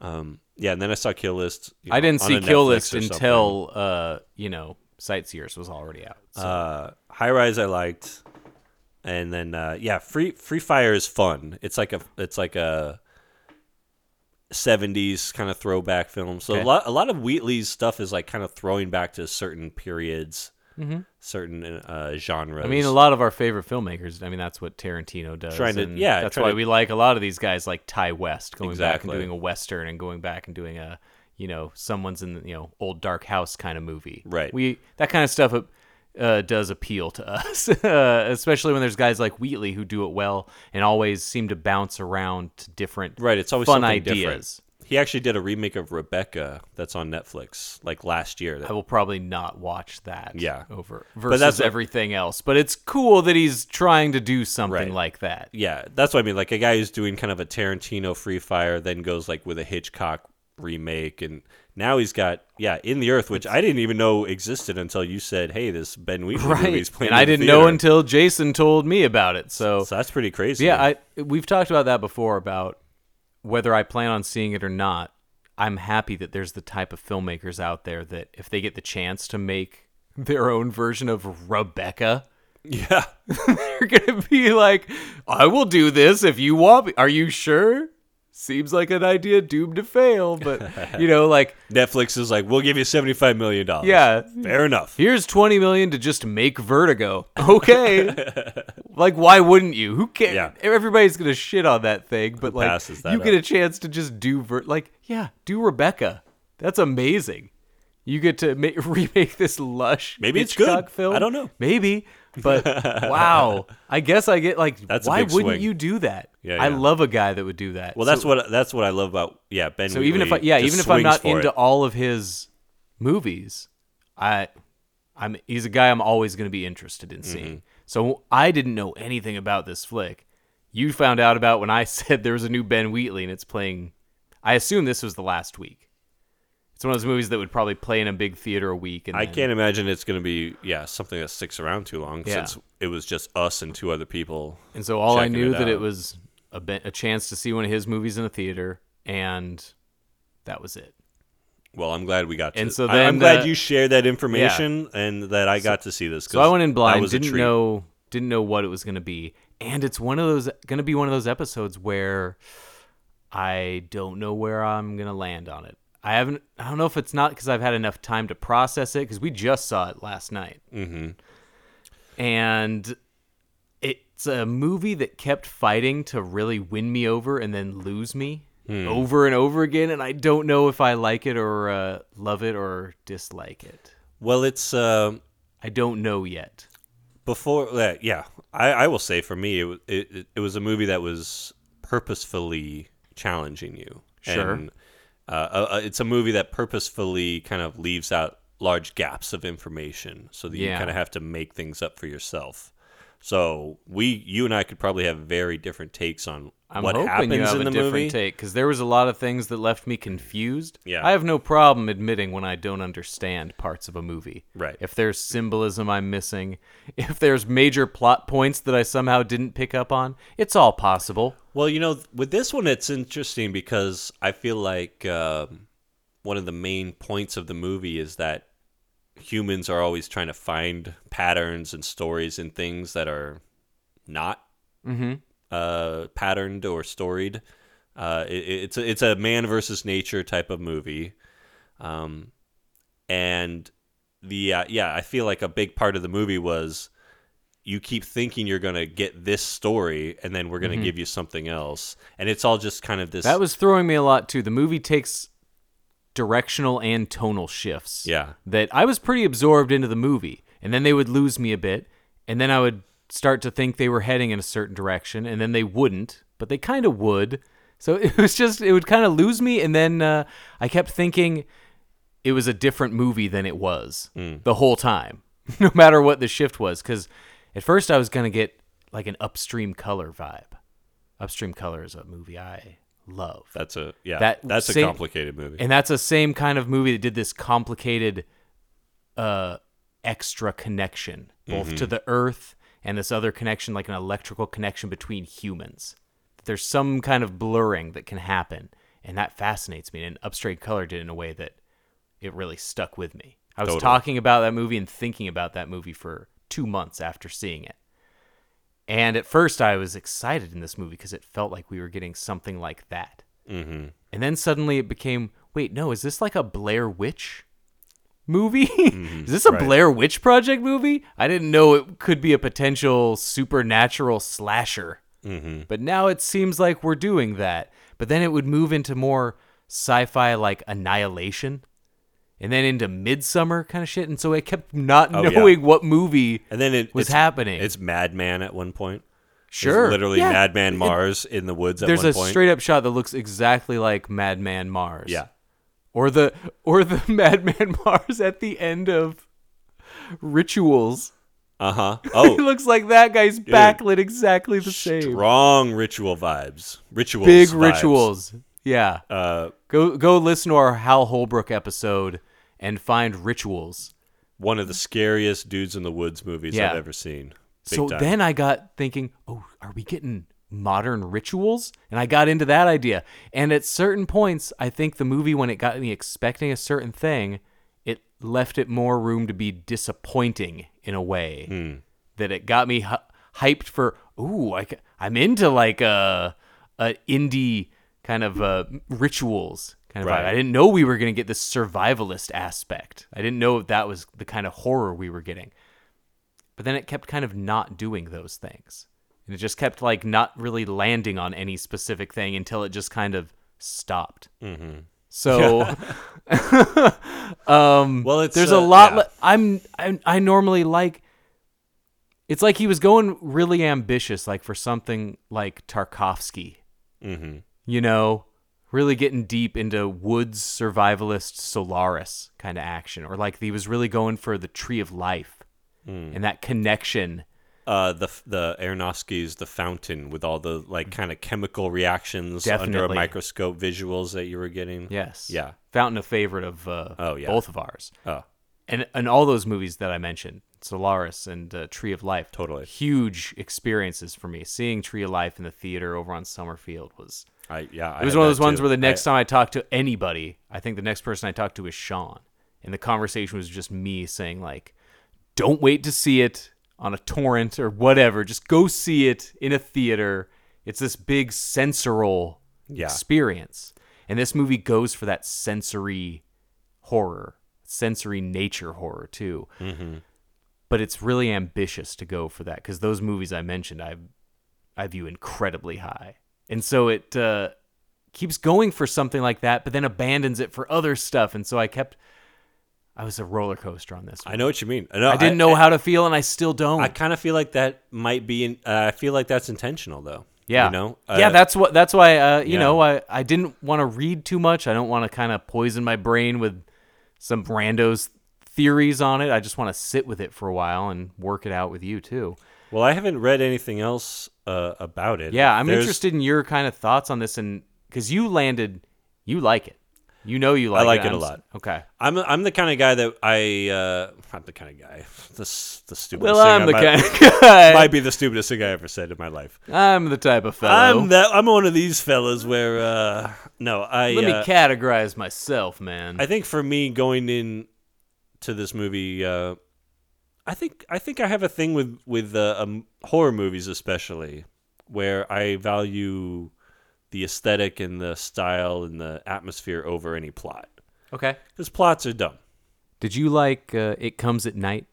B: um, yeah. And then I saw Kill List. you know,
A: I didn't
B: on
A: see
B: a
A: Kill
B: Netflix
A: List
B: or something.
A: until uh, you know, Sightseers was already out. So.
B: Uh, High Rise I liked, and then uh, yeah, Free Free Fire is fun. It's like a it's like a '70s kind of throwback film. So
A: Okay.
B: a lot a lot of Wheatley's stuff is like kind of throwing back to certain periods, certain uh, genres.
A: Mm-hmm. I mean, a lot of our favorite filmmakers. I mean, that's what Tarantino does.
B: Trying to-
A: and
B: yeah,
A: That's
B: trying
A: why
B: to-
A: we like a lot of these guys, like Ty West, going back and
B: Exactly.
A: doing a western and going back and doing a, you know, someone's in the, you know old dark house kind of movie.
B: Right.
A: We that kind of stuff uh, does appeal to *laughs* us, uh, especially when there's guys like Wheatley who do it well and always seem to bounce around to different
B: Right, it's always
A: fun
B: something
A: ideas.
B: different. He actually did a remake of Rebecca that's on Netflix like last year.
A: I will probably not watch that.
B: Yeah.
A: Over
B: But
A: versus
B: that's what-
A: everything else. But it's cool that he's trying to do something
B: Right.
A: like that.
B: yeah, that's what I mean. Like a guy who's doing kind of a Tarantino Free Fire, then goes like with a Hitchcock remake, and now he's got yeah, In the Earth, which I didn't even know existed until you said, "Hey, this Ben Wheatley movie's playing."
A: and i
B: in the
A: didn't know
B: theater."
A: until jason told me about it so,
B: So that's pretty crazy.
A: yeah i we've talked about that before about whether i plan on seeing it or not i'm happy that there's the type of filmmakers out there that if they get the chance to make their own version of rebecca
B: *laughs*
A: *laughs*
B: yeah,
A: they're gonna be like i will do this if you want me are you sure seems like an idea doomed to fail but you know like
B: Netflix is like, "We'll give you seventy-five million dollars."
A: Yeah.
B: fair enough.
A: Here's 20 million to just make Vertigo.
B: *laughs*
A: Okay. like why wouldn't you? Who cares?
B: Yeah.
A: Everybody's going to shit on that thing, but like
B: passes that
A: you get
B: up?
A: a chance to just do Ver- like yeah, do Rebecca. That's amazing. You get to ma- *laughs* remake this lush
B: Maybe it's
A: Hitchcock
B: good.
A: film.
B: I don't know. *laughs*
A: Maybe, but wow. I guess I get like
B: That's a
A: why
B: big
A: wouldn't
B: swing.
A: you do that?
B: Yeah,
A: I
B: yeah.
A: love a guy that would do that.
B: Well,
A: So-
B: that's what that's what I love about yeah Ben.
A: so even if I
B: Wheatley
A: yeah,
B: just
A: even if I'm
B: swings
A: not
B: for
A: into
B: it.
A: all of his movies, I I'm he's a guy I'm always going to be interested in seeing.
B: Mm-hmm.
A: So I didn't know anything about this flick. You found out about when I *laughs* said there was a new Ben Wheatley and it's playing I assume this was the last week. It's one of those movies that would probably play in a big theater a week and
B: I
A: then-
B: can't imagine it's going to be yeah something that sticks around too long
A: Yeah.
B: since it was just us and two other people.
A: And so all I
B: checking
A: knew
B: it
A: that it
B: out.
A: was a, ben, a chance to see one of his movies in a theater and that was it.
B: Well, I'm glad we got to.
A: And
B: And so
A: so then
B: I'm glad
A: the-
B: you shared that information and that I got to see this.
A: So I went in blind, didn't
B: treat.
A: know didn't know what it was going to be. And it's one of those going to be one of those episodes where I don't know where I'm going to land on it. I haven't I don't know if it's not cuz I've had enough time to process it cuz we just saw it last night. Mhm. And it's a movie that kept fighting to really win me over and then lose me over and over again and I don't know if I like it or uh, love it or dislike it.
B: Well, it's uh,
A: I don't know yet.
B: before that. Yeah, I, I will say for me, it, wa- it it- it was a movie that was purposefully challenging you.
A: Sure.
B: And, uh, uh, uh, it's a movie that purposefully kind of leaves out large gaps of information, so that you
A: Yeah.
B: kind of have to make things up for yourself. So we, you and I, could probably have very different takes on
A: I'm
B: what
A: hoping
B: happens
A: you have
B: in
A: a
B: the
A: different
B: movie.
A: take because there was a lot of things that left me confused.
B: Yeah.
A: I have no problem admitting when I don't understand parts of a movie.
B: Right.
A: If there's symbolism I'm missing, *laughs* if there's major plot points that I somehow didn't pick up on, it's all possible.
B: Well, you know, th- with this one, it's interesting because I feel like um, one of the main points of the movie is that humans are always trying to find patterns and stories and things that are not
A: Mm-hmm.
B: uh, patterned or storied. Uh, it, it- it's a, it's a man versus nature type of movie, um, and the uh, yeah, I feel like a big part of the movie was you keep thinking you're going to get this story and then we're going to give you something else. And it's all just kind of this
A: Mm-hmm. That was throwing me a lot too. The movie takes directional and tonal shifts.
B: Yeah.
A: That I was pretty absorbed into the movie, and then they would lose me a bit, and then I would start to think they were heading in a certain direction, and then they wouldn't, but they kind of would. So *laughs* it was just it would kind of lose me, and then uh, I kept thinking it was a different movie than it was
B: Mm.
A: the whole time, *laughs* no matter what the shift was. Because at first I was gonna get like an upstream color vibe. Upstream color is a movie I love.
B: that's a yeah.
A: That
B: that's a
A: same-
B: complicated movie.
A: And that's the same kind of movie that did this complicated uh extra connection both
B: Mm-hmm.
A: to the earth and this other connection like an electrical connection between humans. There's some kind of blurring that can happen and that fascinates me and Upstraight Color did in a way that it really stuck with me. I was
B: Totally.
A: talking about that movie and thinking about that movie for 2 months after seeing it. And at first I was excited in this movie because it felt like we were getting something like that. And then suddenly it became, wait, no, is this like a Blair Witch movie? *laughs*
B: Mm-hmm.
A: is this a Blair Witch Project movie? I didn't know it could be a potential supernatural slasher.
B: Mm-hmm.
A: But now it seems like we're doing that. But then it would move into more sci fi like Annihilation and then into Midsummer kind of shit. And so I kept not
B: Oh, yeah.
A: knowing what movie
B: And then it
A: was
B: it's-
A: happening.
B: It's Madman at one point. It's
A: sure.
B: literally
A: yeah.
B: Madman
A: It-
B: Mars in the woods at
A: There's
B: one
A: a
B: point.
A: straight up shot that looks exactly like Madman Mars.
B: yeah.
A: or the or the *laughs* Madman Mars at the end of Rituals.
B: Uh
A: *laughs*
B: huh.
A: It
B: Oh,
A: looks like that guy's backlit exactly the same.
B: strong ritual vibes. Rituals.
A: Big
B: vibes.
A: rituals. Yeah.
B: Uh,
A: go go listen to our Hal Holbrook episode and find Rituals.
B: one of the scariest dudes in the woods movies
A: Yeah.
B: I've ever seen. Big
A: so
B: time.
A: then I got thinking, oh, are we getting modern rituals? And I got into that idea. And at certain points, I think the movie, when it got me expecting a certain thing, it left it more room to be disappointing in a way
B: Hmm.
A: that it got me hy- hyped for, ooh, I, am into like a, a indie kind of uh, rituals kind of
B: Right.
A: vibe. I didn't know we were going to get this survivalist aspect. I didn't know that was the kind of horror we were getting but then it kept kind of not doing those things and it just kept like not really landing on any specific thing until it just kind of stopped mm-hmm.
B: *laughs*
A: so um
B: Well, it's,
A: there's
B: uh,
A: a lot
B: yeah.
A: le- I'm, I'm i normally like it's like he was going really ambitious like for something like tarkovsky
B: Mm-hmm.
A: you know, really getting deep into woods survivalist Solaris kind of action, or like he was really going for the Tree of Life
B: Mm-hmm.
A: and that connection.
B: uh, the the Aronofsky's The Fountain with all the like kind of chemical reactions under a
A: Definitely.
B: microscope visuals that you were getting.
A: Yes,
B: Yeah.
A: Fountain of favorite of uh,
B: Oh, yeah.
A: both of ours,
B: Oh,
A: and and all those movies that I mentioned, Solaris and uh, Tree of Life,
B: Totally.
A: huge experiences for me. Seeing Tree of Life in the theater over on Summerfield was
B: I yeah. I
A: It was
B: had
A: one of
B: that
A: those ones
B: too.
A: where the next
B: I-
A: time I talked to anybody, I think the next person I talked to was Sean. And the conversation was just me saying, like, don't wait to see it on a torrent or whatever. Just go see it in a theater. It's this big sensorial
B: Yeah.
A: experience. And this movie goes for that sensory horror, sensory nature horror, too.
B: Mm-hmm.
A: But it's really ambitious to go for that because those movies I mentioned, I've I view incredibly high. And so it uh, keeps going for something like that, but then abandons it for other stuff. And so I kept, I was a roller coaster on this. One.
B: I know what you mean. No,
A: I didn't know how to feel, and I still don't.
B: I kind of feel like that might be. In, uh, I feel like that's intentional, though.
A: yeah,
B: You know.
A: yeah,
B: Uh,
A: that's what. That's why. Uh, you
B: yeah.
A: know, I I didn't want to read too much. I don't want to kind of poison my brain with some randos theories on it. I just want to sit with it for a while and work it out with you too.
B: Well, I haven't read anything else uh, about it.
A: Yeah, I'm
B: There's-
A: interested in your kind of thoughts on this, and because you landed, you like it. You know, you like.
B: like it
A: I'm
B: a
A: s-
B: lot.
A: Okay.
B: I'm I'm the kind of guy that I uh, I'm the kind of guy. *laughs* This the stupidest.
A: Well,
B: thing
A: I'm
B: I
A: the
B: might- *laughs*
A: kind of guy.
B: Might be the stupidest thing I ever said in my life.
A: I'm the type of fellow.
B: I'm that. I'm one of these fellas where uh, no, I
A: Let me
B: uh,
A: categorize myself, man.
B: I think for me going in to this movie, uh, I think I think I have a thing with with uh, um, horror movies especially, where I value the aesthetic and the style and the atmosphere over any plot
A: okay.
B: because plots are dumb.
A: Did you like uh, "It Comes at Night"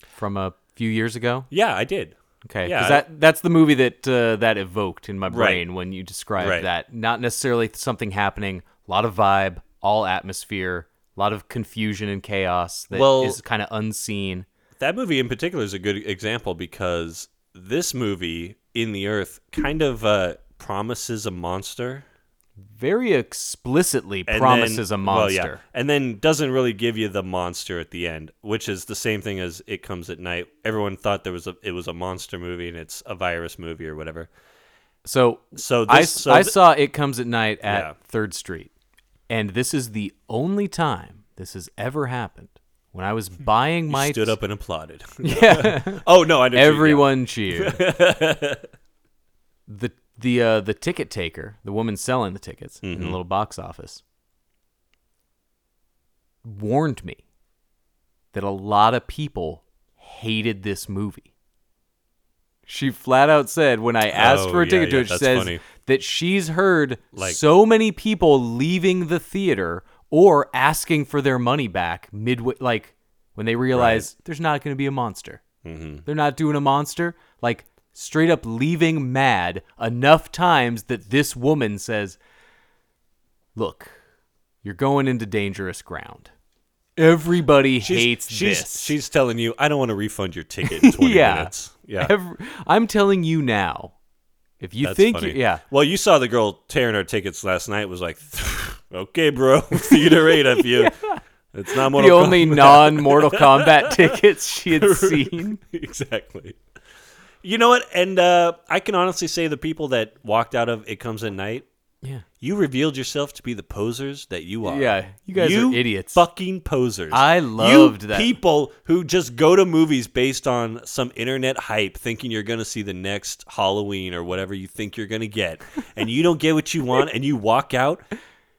A: from a few years ago?
B: Yeah, I did.
A: Okay,
B: Yeah,
A: because
B: I-
A: that that's the movie that uh, that evoked in my
B: Right.
A: brain when you described
B: Right.
A: that. Not necessarily something happening, a lot of vibe, all atmosphere, a lot of confusion and chaos that is
B: Well-
A: kind of unseen.
B: That movie in particular is a good example because this movie in the Earth kind of uh, promises a monster.
A: Very explicitly
B: and
A: promises a
B: then- well,
A: monster.
B: yeah. and then doesn't really give you the monster at the end, which is the same thing as it comes at night. Everyone thought there was a it was a monster movie and it's a virus movie or whatever.
A: So,
B: So
A: I,
B: this- so
A: I
B: th-
A: saw It Comes at Night at
B: Yeah.
A: 3rd Street. And this is the only time this has ever happened. When I was buying my
B: Hmm. Stood up and
A: *laughs*
B: applauded. Yeah. *laughs* oh no, I didn't. *laughs*
A: everyone cheered. the the uh, the ticket taker, the woman selling the tickets in
B: Mm-hmm.
A: the little box office, warned me that a lot of people hated this movie. She flat out said when I asked
B: Oh,
A: for a
B: yeah,
A: ticket
B: yeah,
A: to it, she
B: that's
A: says
B: funny.
A: that she's heard
B: Like-
A: so many people leaving the theater or asking for their money back midway, like when they realize there's not going to be a monster.
B: Mm-hmm.
A: They're not doing a monster. Like straight up leaving mad enough times that this woman says, "Look, you're going into dangerous ground. Everybody
B: She's,
A: hates
B: she's,
A: this."
B: She's telling you, I don't want to refund your ticket
A: *laughs*
B: in 20
A: Yeah.
B: minutes. Yeah.
A: Ev- I'm telling you now. If you
B: That's
A: think,
B: funny.
A: you- yeah,
B: Well, you saw the girl tearing our tickets last night. Was like, *laughs* okay, bro, *laughs* theater eight of
A: *laughs*
B: you. It's not
A: the
B: Mortal
A: only
B: *laughs* Kombat." *laughs*
A: non-Mortal Kombat tickets she had seen.
B: exactly. You know what? And uh, I can honestly say the people that walked out of It Comes at Night,
A: Yeah.
B: you revealed yourself to be the posers that you are.
A: Yeah, you guys are idiots.
B: Fucking posers.
A: I loved
B: you
A: that.
B: People who just go to movies based on some internet hype, thinking you're going to see the next Halloween or whatever you think you're going to
A: *laughs*
B: get, and you don't get what you want, and you walk out.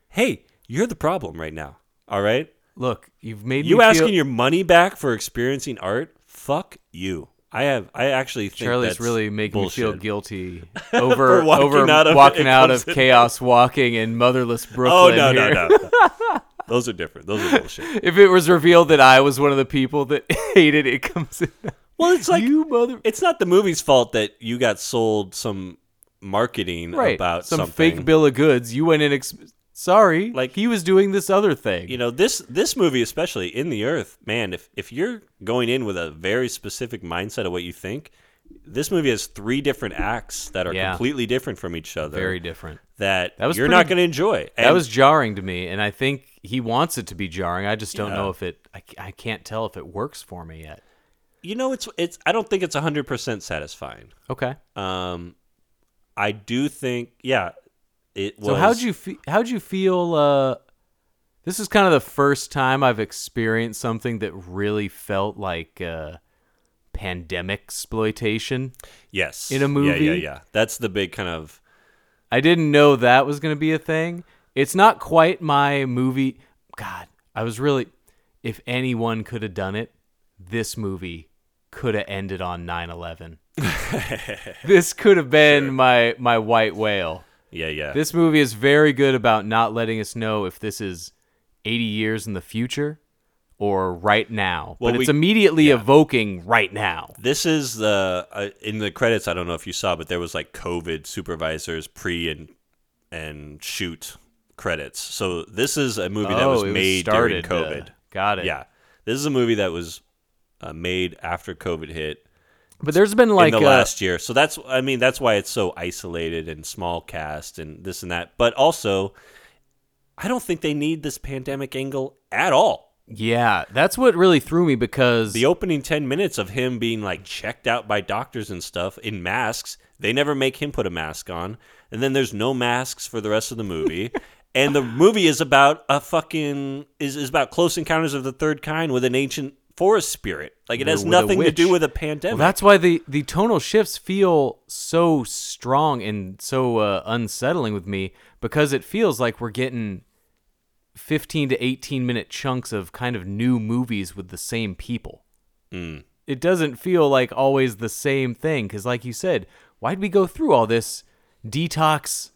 B: Hey, you're the problem right now. All right.
A: Look, you've made
B: You
A: me
B: asking
A: feel-
B: your money back for experiencing art? Fuck you. I have. I actually think
A: Charlie's
B: that's
A: really making
B: bullshit.
A: me
B: *laughs*
A: feel guilty over
B: walking
A: over
B: out of-
A: walking
B: it
A: out
B: comes
A: of
B: in-
A: chaos walking and motherless Brooklyn.
B: Oh no,
A: here.
B: no, no. Those are different. Those are bullshit.
A: *laughs* If it was revealed that I was one of the people that *laughs* hated it comes in.
B: Well, it's like
A: you
B: *laughs*
A: mother
B: it's not the movie's fault that you got sold some marketing
A: right
B: about
A: some
B: something.
A: fake bill of goods. You went in ex- sorry,
B: Like-
A: like he was doing this other thing.
B: You know this this movie, especially in the Earth, man. If if you're going in with a very specific mindset of what you think, this movie has three different acts that are
A: Yeah.
B: completely different from each other.
A: very different.
B: That,
A: That was
B: you're
A: pretty-
B: not going to enjoy.
A: that
B: And-
A: was jarring to me, and I think he wants it to be jarring. I just don't know if it. I, I can't tell if it works for me yet.
B: you know it's it's i don't think it's 100% satisfying
A: Okay.
B: um i do think yeah it was
A: So how'd you fe- how'd you feel? Uh, this is kind of the first time I've experienced something that really felt like uh, pandemic exploitation.
B: yes
A: in a
B: yeah yeah
A: movie?
B: yeah that's the big kind of
A: I didn't know that was going to be a thing. It's not quite my movie. God, I was really. If anyone could have done it, this movie could have ended on
B: *laughs*
A: 9 11. this could have been my, my white whale.
B: yeah yeah
A: This movie is very good about not letting us know if this is 80 years in the future or right now.
B: Well,
A: but it's
B: we-
A: immediately evoking right now.
B: this is the uh, in the credits i don't know if you saw but there was like covid supervisors pre and and shoot credits so this is a movie that was
A: Oh, it
B: made during
A: started,
B: covid
A: uh, got it.
B: yeah this is a movie that was uh, made after covid hit
A: But there's been like uh,
B: in
A: a-
B: the last year. So that's I mean that's why it's so isolated and small cast and this and that. But also, I don't think they need this pandemic angle at all.
A: yeah, that's what really threw me because
B: The opening ten minutes of him being like checked out by doctors and stuff in masks, they never make him put a mask on, and then there's no masks for the rest of the
A: *laughs*
B: movie. And the movie is about a fucking is, is about close encounters of the third kind with an ancient forest spirit. Like it has
A: with a
B: nothing to do
A: witch.
B: with a pandemic.
A: Well, that's why the the tonal shifts feel so strong and so uh, unsettling with me because it feels like we're getting 15 to 18 minute chunks of kind of new movies with the same people.
B: Mm.
A: It doesn't feel like always the same thing because, like you said, why'd we go through all this detox?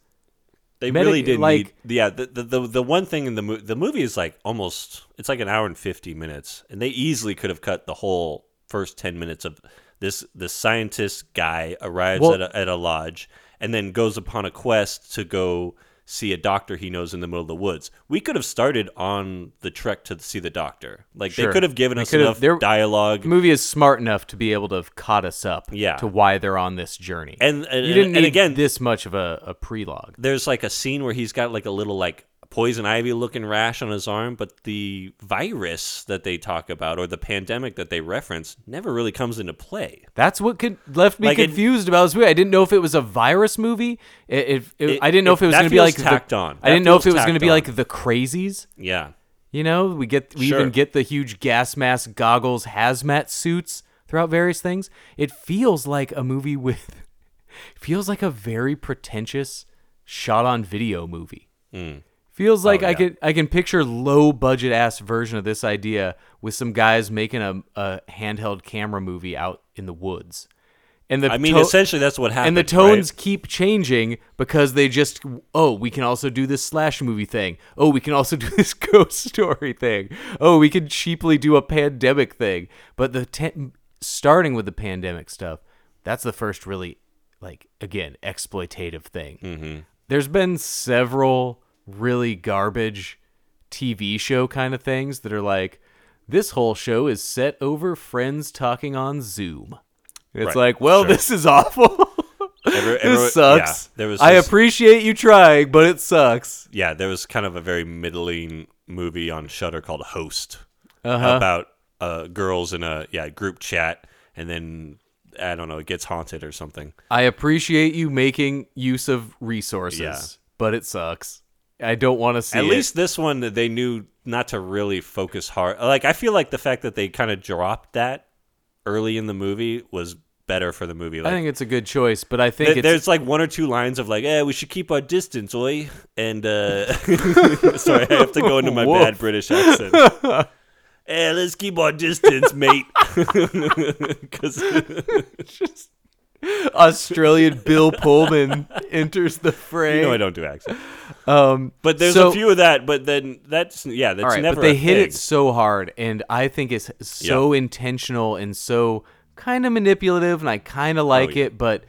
B: They
A: Medic-
B: really did
A: like-
B: need, yeah. The, the the the one thing in the mo- the movie is like almost it's like an hour and fifty minutes, and they easily could have cut the whole first 10 minutes of this the scientist guy arrives
A: Well-
B: at, a, at a lodge and then goes upon a quest to go see a doctor he knows in the middle of the woods. We could have started on the trek to see the doctor. Like
A: Sure.
B: they could have given
A: They
B: us
A: could have-
B: enough
A: there-
B: dialogue
A: The movie is smart enough to be able to have caught us up
B: Yeah.
A: to why they're on this journey.
B: and and,
A: you didn't
B: and
A: need
B: again
A: this much of a, a prelogue.
B: there's like a scene where he's got like a little like poison ivy looking rash on his arm, but the virus that they talk about or the pandemic that they reference never really comes into play.
A: That's what could, left me
B: Like, it-
A: confused about this movie. I didn't know if it was a virus movie. It, it, it-
B: It-
A: I didn't know
B: it-
A: if it was
B: that
A: going to be
B: feels
A: like the-
B: tacked on.
A: I
B: That
A: didn't know if
B: feels
A: it was going to
B: tacked
A: be like
B: on.
A: the crazies.
B: Yeah.
A: You know, we get we
B: Sure.
A: even get the huge gas mask, goggles, hazmat suits throughout various things. It feels like a movie with *laughs* feels like a very pretentious shot on video movie. Feels like
B: Hmm.
A: I
B: Oh, yeah.
A: could I can picture low budget ass version of this idea with some guys making a, a handheld camera movie out in the woods. And the
B: I mean,
A: to-
B: essentially that's what happened.
A: and the
B: right?
A: tones keep changing because they just oh we can also do this slash movie thing oh we can also *laughs* do this ghost story thing oh we can cheaply do a pandemic thing but the ten- starting with the pandemic stuff that's the first really like again exploitative thing
B: Mm-hmm.
A: there's been several really garbage TV show kind of things that are like this whole show is set over friends talking on Zoom. It's
B: Right,
A: like, well,
B: sure.
A: this is awful. *laughs*
B: Every- every-
A: this *laughs* sucks.
B: yeah, there was
A: I
B: this-
A: appreciate you trying, but it sucks.
B: yeah, there was kind of a very middling movie on Shutter called Host
A: Uh-huh.
B: about uh, girls in a yeah group chat, and then I don't know, it gets haunted or something.
A: I appreciate you making use of resources,
B: Yeah.
A: but it sucks. I don't want to see
B: At
A: it.
B: least this one they knew not to really focus hard. Like I feel like the fact that they kind of dropped that early in the movie was better for the movie. Like,
A: I think it's a good choice, but I think
B: th-
A: it's
B: there's like one or two lines of like, "Eh, we should keep our distance, oi." And uh, *laughs* sorry, I have to go into my
A: Woof.
B: bad British
A: *laughs*
B: accent. Eh, let's keep our distance, mate. *laughs* 'Cause-
A: Australian
B: *laughs*
A: Bill Pullman enters the fray.
B: you know I don't do accents. Um, but there's
A: so-
B: a few of that. But then that's yeah, that's
A: All right,
B: never.
A: but they
B: a
A: hit
B: thing.
A: it so hard, and I think it's so intentional and so kind of manipulative, and I kind of like
B: Oh, yeah.
A: it, but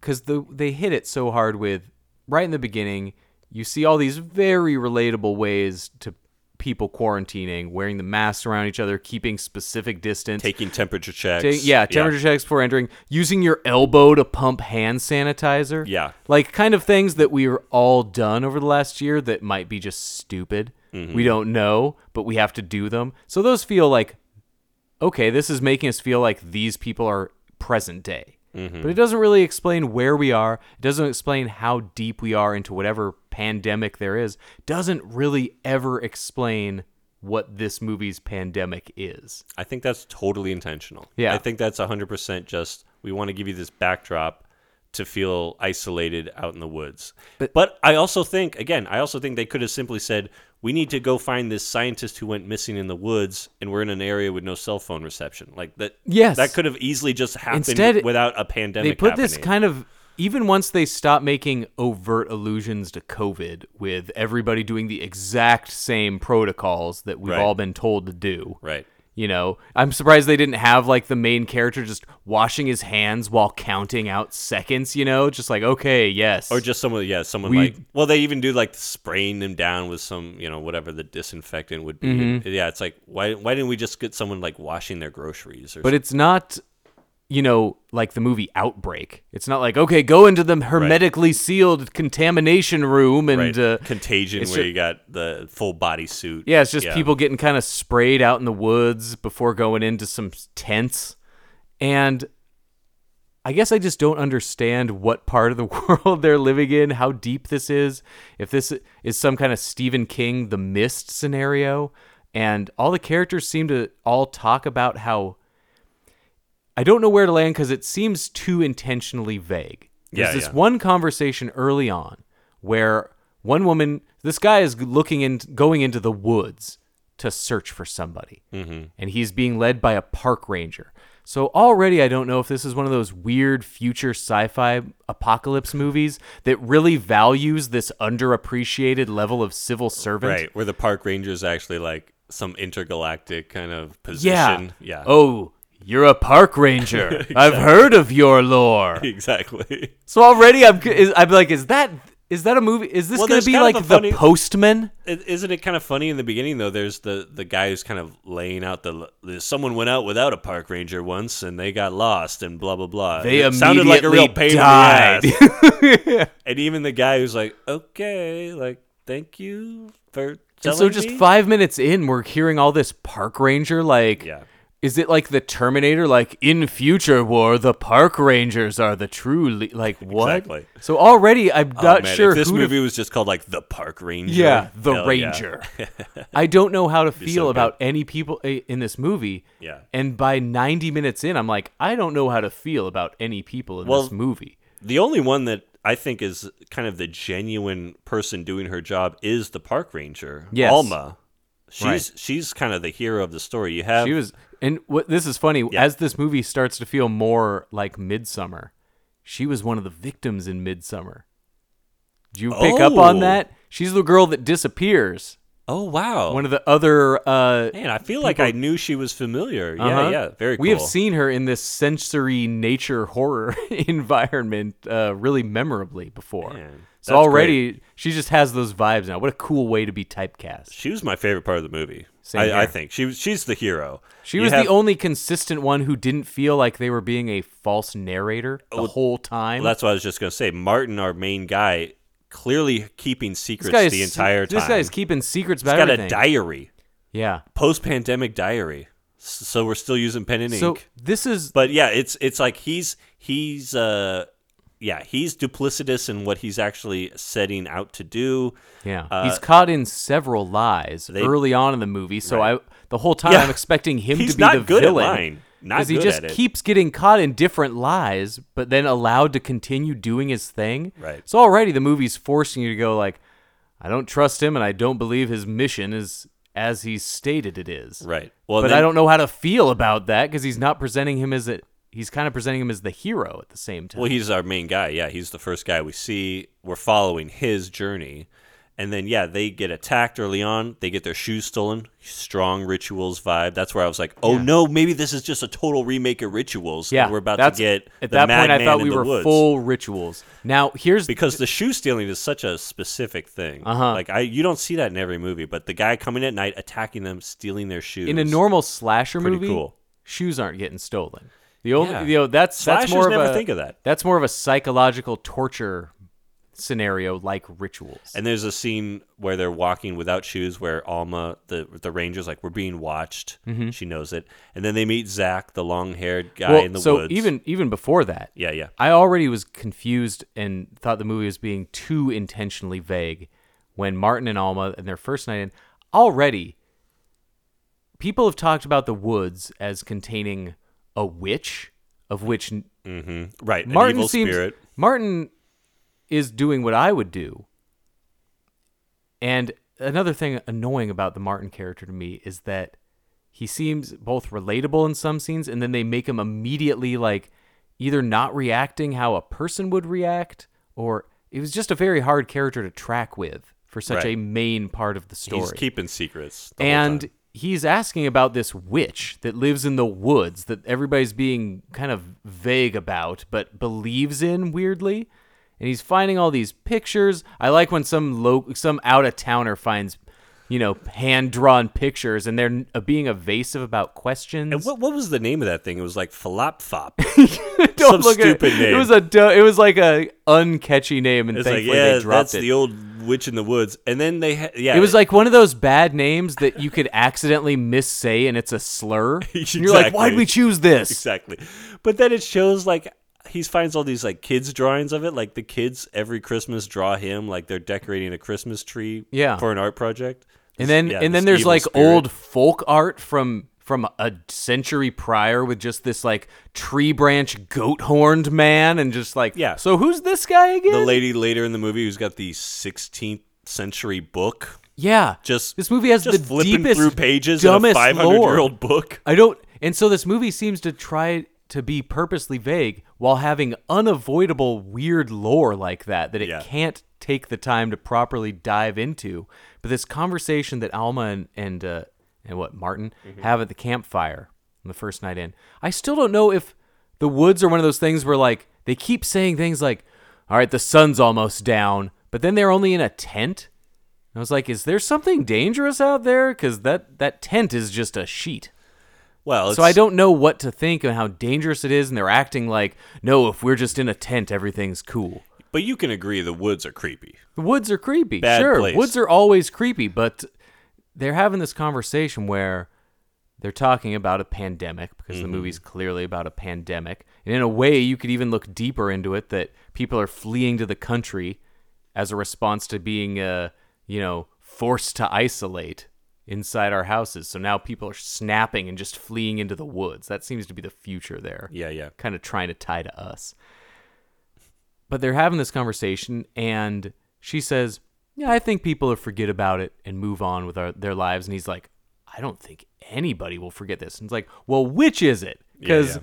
A: because the they hit it so hard with right in the beginning, you see all these very relatable ways to people quarantining, wearing the masks around each other, keeping specific distance,
B: taking temperature checks.
A: Ta- yeah, temperature checks before entering, using your elbow to pump hand sanitizer.
B: Yeah.
A: Like kind of things that we've all done over the last year that might be just stupid.
B: Mm-hmm.
A: We don't know, but we have to do them. So those feel like okay, this is making us feel like these people are present day.
B: Mm-hmm.
A: But it doesn't really explain where we are. It doesn't explain how deep we are into whatever pandemic there is. Doesn't really ever explain what this movie's pandemic is.
B: I think that's totally intentional.
A: Yeah.
B: I think that's 100% just we want to give you this backdrop to feel isolated out in the woods. But, I also think, again, I also think they could have simply said, we need to go find this scientist who went missing in the woods and we're in an area with no cell phone reception. Like that.
A: Yes.
B: That could have easily just happened
A: Instead,
B: without a pandemic.
A: they put this
B: happening.
A: kind of even once they stop making overt allusions to covid with everybody doing the exact same protocols that we've
B: Right.
A: all been told to do
B: Right.
A: you know i'm surprised they didn't have like the main character just washing his hands while counting out seconds you know just like okay yes
B: Or just someone, yeah, someone
A: We-
B: like. Well, they even do like spraying them down with some, you know, whatever the disinfectant would be.
A: Mm-hmm.
B: Yeah, it's like why why didn't we just get someone like washing their groceries? Or
A: but it's not you know like the movie outbreak it's not like okay go into the hermetically sealed contamination room and
B: right?
A: uh,
B: contagion where
A: it's ju-
B: you got the full body suit.
A: Yeah, it's just people getting kind of sprayed out in the woods before going into some tents. And I guess I just don't understand what part of the *laughs* world they're living in, how deep this is. If this is some kind of Stephen King, the mist scenario. And all the characters seem to all talk about how. I don't know where to land because it seems too intentionally vague. There's
B: Yeah,
A: this
B: yeah.
A: one conversation early on where one woman, this guy is looking in, going into the woods to search for somebody,
B: Mm-hmm.
A: and he's being led by a park ranger. So already, I don't know if this is one of those weird future sci-fi apocalypse movies that really values this underappreciated level of civil servant.
B: right? Where the park ranger is actually like some intergalactic kind of
A: Yeah.
B: position. Yeah.
A: Oh, You're a park ranger. I've heard of your lore.
B: *laughs* exactly.
A: So already I'm is, I'm like, is that is that a movie? Is this
B: Well,
A: gonna
B: there's
A: be
B: kind of
A: like
B: a
A: the
B: funny-
A: Postman?
B: I- Isn't it kind of funny in the beginning though? There's the the guy who's kind of laying out the, the someone went out without a park ranger once and they got lost and blah blah blah.
A: They
B: it sounded like a real pain
A: immediately
B: in the ass.
A: *laughs*
B: and even the guy who's like, okay, like thank you for.
A: And so
B: telling
A: just
B: me."
A: five minutes in, we're hearing all this park ranger like.
B: Yeah.
A: Is it like the Terminator? Like in future war, the park rangers are the true le- like what?
B: Exactly.
A: So already I'm
B: Oh,
A: not
B: man,
A: sure
B: if this
A: who to
B: movie was just called like the Park Ranger.
A: Yeah, the
B: hell yeah. *laughs*
A: Ranger. I don't know how to
B: so
A: feel
B: good.
A: about any people i- in this movie.
B: Yeah.
A: And by 90 minutes in, I'm like, I don't know how to feel about any people in
B: Well-
A: this movie.
B: The only one that I think is kind of the genuine person doing her job is the Park Ranger,
A: Yes.
B: Alma. She's
A: Right.
B: she's kind of the hero of the story. You have
A: She was, and what this is funny
B: Yeah.
A: as this movie starts to feel more like Midsummer, she was one of the victims in Midsummer. Did you pick up on
B: Oh.
A: that? She's the girl that disappears.
B: oh wow,
A: One of the other uh,
B: man. I feel like I knew she was familiar.
A: Uh-huh.
B: Yeah, yeah, very. Cool.
A: We have seen her in this sensory nature horror *laughs* environment uh, really memorably before.
B: Man,
A: so
B: that's
A: already she just has those vibes now. What a cool way to be typecast.
B: She was my favorite part of the movie.
A: Same
B: I, I
A: here.
B: think she was. She's the hero.
A: She
B: You
A: was
B: have-
A: the only consistent one who didn't feel like they were being a false narrator the whole time.
B: Oh, Well, that's what I was just gonna say. Martin, our main guy, clearly keeping
A: this
B: secrets
A: guy is
B: the entire time.
A: This guy is keeping secrets
B: He's
A: about
B: got
A: everything.
B: a diary,
A: yeah.
B: post-pandemic diary. S- So we're still using pen and
A: So
B: ink.
A: this is
B: but yeah, it's it's like he's he's uh yeah he's duplicitous in what he's actually setting out to do.
A: yeah.
B: uh,
A: he's caught in several lies
B: they-
A: early on in the movie. So I the whole time
B: Yeah.
A: I'm expecting
B: *laughs*
A: him
B: he's
A: to be
B: not
A: the
B: good
A: villain.
B: at lying. Not
A: because he
B: good
A: just
B: at it.
A: keeps getting caught in different lies, but then allowed to continue doing his thing.
B: Right.
A: So already the movie's forcing you to go like, I don't trust him, and I don't believe his mission is as he stated it is.
B: right. Well,
A: but
B: then-
A: I don't know how to feel about that because he's not presenting him as a. He's kind of presenting him as the hero at the same
B: *laughs*
A: time.
B: Well, he's our main guy. Yeah, he's the first guy we see. We're following his journey. And then, yeah, they get attacked early on. They get their shoes stolen. Strong rituals vibe. That's where I was like, oh no, maybe this is just a total remake of rituals.
A: yeah,
B: And we're about to
A: that's-
B: get
A: at
B: the
A: that point. I
B: Madman
A: thought
B: in
A: we
B: the
A: were
B: woods.
A: full rituals. Now here's
B: because the shoe stealing is such a specific thing.
A: Uh-huh.
B: Like I, you don't see that in every movie. But the guy coming at night, attacking them, stealing their shoes
A: in a normal slasher
B: pretty
A: movie,
B: cool.
A: shoes aren't getting stolen. The only
B: Yeah.
A: you know that's that's
B: Slashers
A: more of
B: never
A: a
B: think of that.
A: that's more of a psychological torture scenario like rituals.
B: And there's a scene where they're walking without shoes, where Alma, the the ranger's like, "We're being watched." She knows it, and then they meet Zach, the long-haired guy
A: Mm-hmm. well,
B: in the
A: so
B: woods.
A: even even before that,
B: yeah, yeah,
A: I already was confused and thought the movie was being too intentionally vague when Martin and Alma and their first night in already people have talked about the woods as containing a witch of which n-
B: right. an
A: Martin
B: evil
A: seems
B: spirit.
A: Martin is doing what I would do. And another thing annoying about the Martin character to me is that he seems both relatable in some scenes and then they make him immediately like either not reacting how a person would react or it was just a very hard character to track with for such
B: Right.
A: a main part of the story
B: He's keeping secrets. the whole
A: and
B: time.
A: he's asking about this witch that lives in the woods that everybody's being kind of vague about but believes in weirdly and he's finding all these pictures i like when some lo- some out of towner finds you know hand drawn pictures and they're n- uh, being evasive about questions
B: and what what was the name of that thing? It was like Flop Fop.
A: *laughs* Don't
B: some
A: look at
B: stupid
A: it.
B: name.
A: it was a du- it was like a uncatchy name and
B: It's like,
A: thankfully
B: yeah,
A: they dropped
B: that's
A: it
B: the old witch in the woods. And then they, ha- yeah,
A: It was like one of those bad names that you could accidentally missay and it's
B: *laughs*
A: a slur. And you're like,
B: Exactly.
A: why'd we choose this?
B: exactly. But then it shows like he finds all these like kids drawings of it. Like the kids every Christmas draw him like they're decorating a Christmas tree.
A: Yeah.
B: for an art project. This-
A: And then
B: yeah,
A: and
B: this
A: then there's
B: evil
A: like
B: spirit.
A: old folk art from from a century prior with just this like tree branch goat horned man and just like
B: Yeah.
A: So who's this guy again?
B: the lady later in the movie who's got the 16th century book.
A: yeah.
B: Just
A: this movie has
B: just
A: the
B: flipping
A: deepest
B: through pages in a
A: dumbest
B: 500
A: lore.
B: year old book.
A: I don't. And so this movie seems to try to be purposely vague while having unavoidable weird lore like that that it
B: Yeah.
A: can't take the time to properly dive into. But this conversation that Alma and and, uh, and what Martin have at the campfire on the first night in. I still don't know if the woods are one of those things where like they keep saying things like, "All right, the sun's almost down," but then they're only in a tent. And I was like, "Is there something dangerous out there?" Because that that tent is just a sheet.
B: Well,
A: So
B: it's-
A: I don't know what to think and how dangerous it is, and they're acting like, "No, if we're just in a tent, everything's cool."
B: But you can agree the woods are creepy.
A: The woods are creepy.
B: Bad
A: sure,
B: place.
A: woods are always creepy, but they're having this conversation where they're talking about a pandemic because
B: Mm-hmm.
A: the movie's clearly about a pandemic. And in a way, you could even look deeper into it that people are fleeing to the country as a response to being, uh, you know, forced to isolate inside our houses. So now people are snapping and just fleeing into the woods. That seems to be the future there
B: Yeah, yeah.
A: kind of trying to tie to us. But they're having this conversation, and she says, "Yeah, I think people will forget about it and move on with our, their lives." And he's like, "I don't think anybody will forget this." And it's like, "Well, which is it?" Because
B: yeah.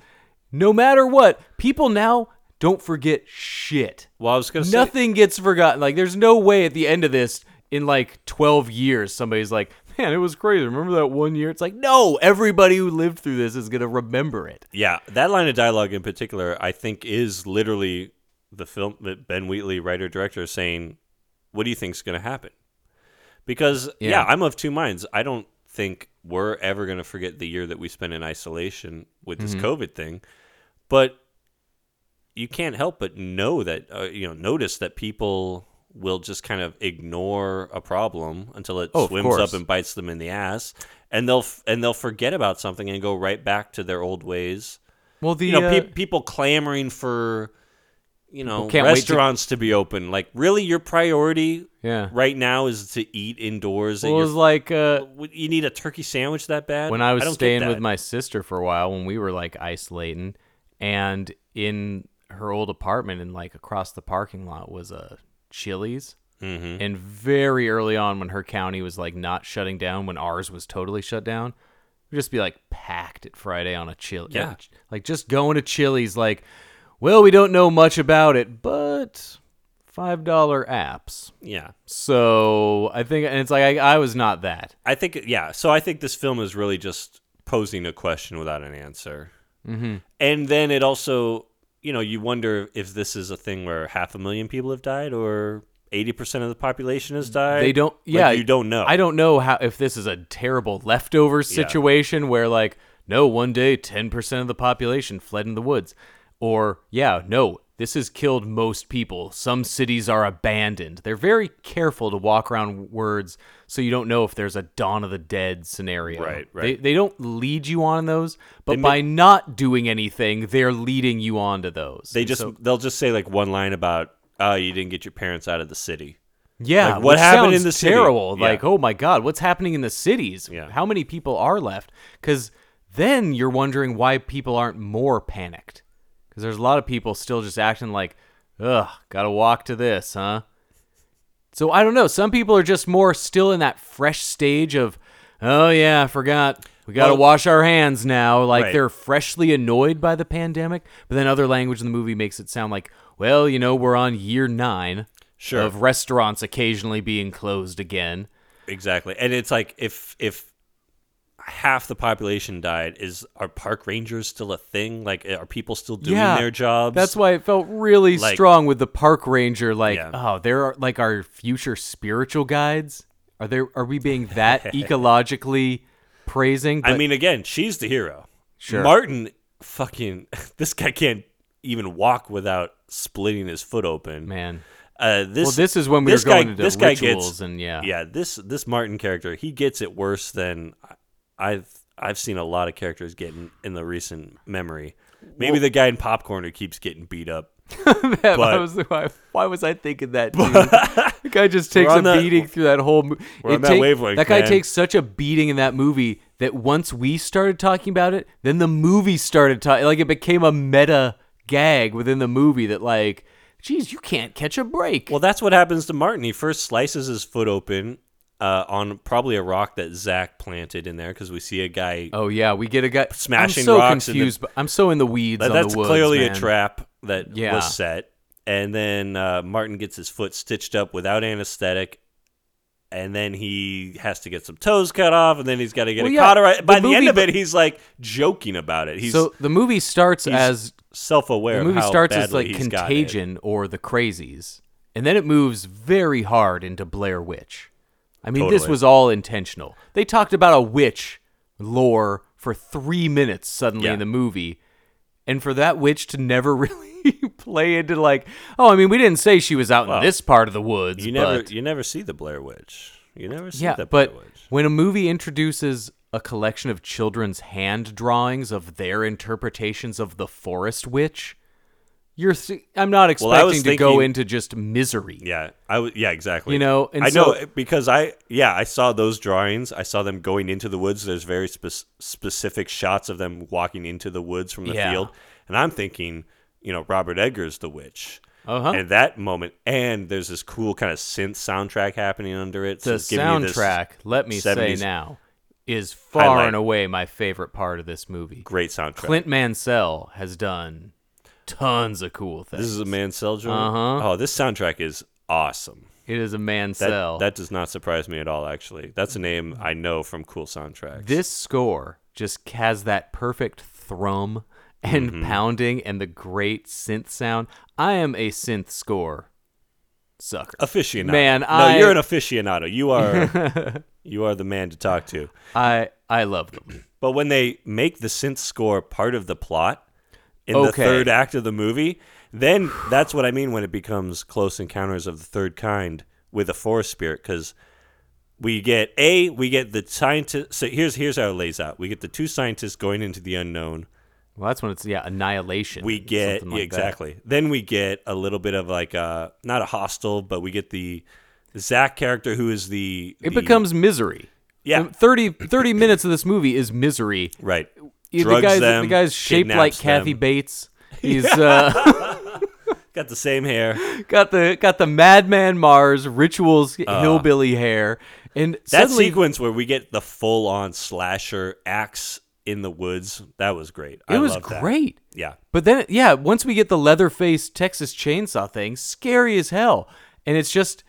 A: no matter what, people now don't forget shit.
B: Well, I was gonna say
A: Nothing gets forgotten. Like, there's no way at the end of this, in like 12 years, somebody's like, "Man, it was crazy. Remember that one year?" It's like, no, everybody who lived through this is gonna remember it.
B: Yeah, that line of dialogue in particular, I think, is literally the film that Ben Wheatley, writer director, is saying, "What do you think's going to happen?" Because yeah.
A: Yeah.
B: I'm of two minds. I don't think we're ever going to forget the year that we spent in isolation with
A: Mm-hmm.
B: this COVID thing, but you can't help but know that uh, you know notice that people will just kind of ignore a problem until it
A: Oh, of
B: swims
A: course.
B: up and bites them in the ass and they'll f- and they'll forget about something and go right back to their old ways
A: Well, the
B: you know,
A: uh,
B: pe- people clamoring for you know
A: People can't wait to-
B: restaurants to-, be open. Like, really, your priority
A: Yeah.
B: right now is to eat indoors. at
A: Well, it
B: your-
A: was like uh,
B: What, you need a turkey sandwich that bad?
A: when I was
B: don't get
A: staying with
B: that.
A: my sister for a while when we were like isolating, and in her old apartment and like across the parking lot was a Chili's. Mm-hmm. And very early on, when her county was like not shutting down, when ours was totally shut down, we'd just be like packed at Friday on a Chili.
B: Yeah.
A: Like just going to Chili's, like, well, we don't know much about it, but $5 apps.
B: yeah.
A: So I think, and it's like, I, I was not that.
B: I think yeah. So I think this film is really just posing a question without an answer. Mm-hmm. And then it also, you know, you wonder if this is a thing where half a million people have died or eighty percent of the population has died.
A: They don't.
B: Like,
A: Yeah,
B: you don't know.
A: I don't know how if this is a terrible leftover situation where like no, one day ten percent of the population fled in the woods, or yeah, no, this has killed most people. Some cities are abandoned. They're very careful to walk around words so you don't know if there's a Dawn of the Dead scenario.
B: Right, right.
A: They, they don't lead you on those, but
B: ma-
A: by not doing anything, they're leading you on to those.
B: They
A: And
B: just
A: so-
B: they'll just say like one line about oh you didn't get your parents out of the city. Like,
A: Yeah,
B: what
A: which
B: happened in
A: sounds
B: the city?
A: terrible.
B: Yeah.
A: Like, oh my god, what's happening in the cities?
B: Yeah.
A: How many people are left? Because then you're wondering why people aren't more panicked. Because there's a lot of people still just acting like, ugh, gotta walk to this, huh? So I don't know. Some people are just more still in that fresh stage of, oh yeah, I forgot. We got to
B: Well-
A: wash our hands now. Like
B: Right.
A: they're freshly annoyed by the pandemic. But then other language in the movie makes it sound like, well, you know, we're on year nine
B: Sure.
A: of restaurants occasionally being closed again.
B: Exactly. And it's like if if half the population died, is are park rangers still a thing? Like are people still doing their jobs?
A: That's why it felt really
B: Like-
A: strong with the park ranger. Like,
B: Yeah.
A: oh, there are like our future spiritual guides. Are there? Are we being
B: *laughs*
A: that ecologically praising?
B: I
A: But-
B: mean again, she's the hero.
A: Sure.
B: Martin fucking *laughs* this guy can't even walk without splitting his foot open.
A: man.
B: Uh, this,
A: Well, this is when we
B: this
A: were
B: guy,
A: going into
B: this guy
A: rituals
B: gets,
A: and yeah.
B: yeah. This this Martin character, he gets it worse than I- I've I've seen a lot of characters getting in the recent memory. Maybe the guy in popcorn who keeps getting beat up.
A: *laughs* That-
B: But-
A: I was- why, why was I
B: *laughs*
A: thinking that? Dude? the guy just takes
B: We're
A: a
B: on that-
A: beating through that whole movie.
B: we're on that wavelength,
A: That guy
B: man.
A: takes such a beating in that movie that once we started talking about it, then the movie started talking. Like it became a meta gag within the movie that like, geez, you can't catch a break.
B: Well, that's what happens to Martin. He first slices his foot open uh, on probably a rock that Zach planted in there because we see a guy.
A: oh yeah, we get a guy
B: Smashing
A: I'm so
B: rocks in the-
A: confused, but I'm so in the weeds.
B: That-
A: on
B: that's
A: the woods,
B: clearly
A: man.
B: a trap that
A: Yeah.
B: was set. And then uh, Martin gets his foot stitched up without anesthetic and then he has to get some toes cut off, and then he's got to get
A: Well,
B: a
A: yeah,
B: cauterized.
A: the
B: By the, end
A: movie-
B: of it, he's like joking about it. He's
A: so the movie starts
B: he's
A: as
B: self-aware.
A: the
B: of
A: movie
B: how
A: starts as
B: badly
A: like
B: he's got it.
A: Contagion or The Crazies, and then it moves very hard into Blair Witch. I mean, this
B: Totally.
A: was all intentional. They talked about a witch lore for three minutes suddenly
B: Yeah.
A: in the movie, and for that witch to never *laughs* really play into like, oh, I mean, we didn't say she was out
B: Well,
A: in this part of the woods.
B: You never,
A: but-
B: you never see the Blair Witch. You never see
A: yeah,
B: the Blair
A: but
B: Witch.
A: when a movie introduces a collection of children's hand drawings of their interpretations of the Forest Witch, you're th- I'm not
B: Well, I
A: expecting
B: was
A: to go
B: thinking-
A: into just misery.
B: Yeah, I would. Yeah, exactly.
A: You know, and
B: I know eh,
A: so-
B: because I yeah I saw those drawings. I saw them going into the woods. There's very spe- specific shots of them walking into the woods from the
A: Yeah.
B: field, and I'm thinking, you know, Robert Edgar's the witch.
A: Uh-huh.
B: And that moment, and there's this cool kind of synth soundtrack happening under it.
A: The
B: it's giving you this
A: soundtrack, let me say
B: 70s
A: now, is far
B: highlight.
A: and away my favorite part of this movie.
B: great soundtrack.
A: Clint Mansell has done tons of cool things.
B: this is a Mansell joint.
A: Uh-huh.
B: Oh, this soundtrack is awesome.
A: it is a
B: That,
A: Mansell.
B: that does not surprise me at all. Actually, that's a name I know from cool soundtracks.
A: this score just has that perfect thrum and
B: Mm-hmm.
A: pounding and the great synth sound. I am a synth score sucker.
B: aficionado.
A: Man,
B: no,
A: I-
B: you're an aficionado. You are
A: *laughs*
B: you are the man to talk to.
A: I I love them.
B: But when they make the synth score part of the plot in
A: Okay.
B: the third act of the movie, then that's what I mean when it becomes close encounters of the third kind with a forest spirit cuz we get a we get the scientist so here's here's how it lays out. We get the two scientists going into the unknown.
A: Well, that's when it's yeah, annihilation.
B: we get
A: something like
B: yeah,
A: that.
B: exactly. Then we get a little bit of like a not a hostile, but we get the Zach character who is the
A: It
B: the-
A: becomes misery.
B: Yeah. *clears throat*
A: 30, 30 minutes of this movie is misery.
B: Right.
A: The
B: Drugs
A: guy's,
B: them.
A: the guy's shaped
B: kidnaps
A: like Kathy
B: them. *laughs*
A: Bates. He's uh, *laughs*
B: Got the same
A: *gasps*
B: hair.
A: got the got the Madman Mars rituals hillbilly hair, and
B: Uh. That
A: suddenly
B: sequence where we get the full on slasher axe in the woods. That was great.
A: it
B: I
A: was
B: loved that.
A: great.
B: Yeah.
A: But then, yeah, once we get the leather faced Texas chainsaw thing, scary as hell. And it's just,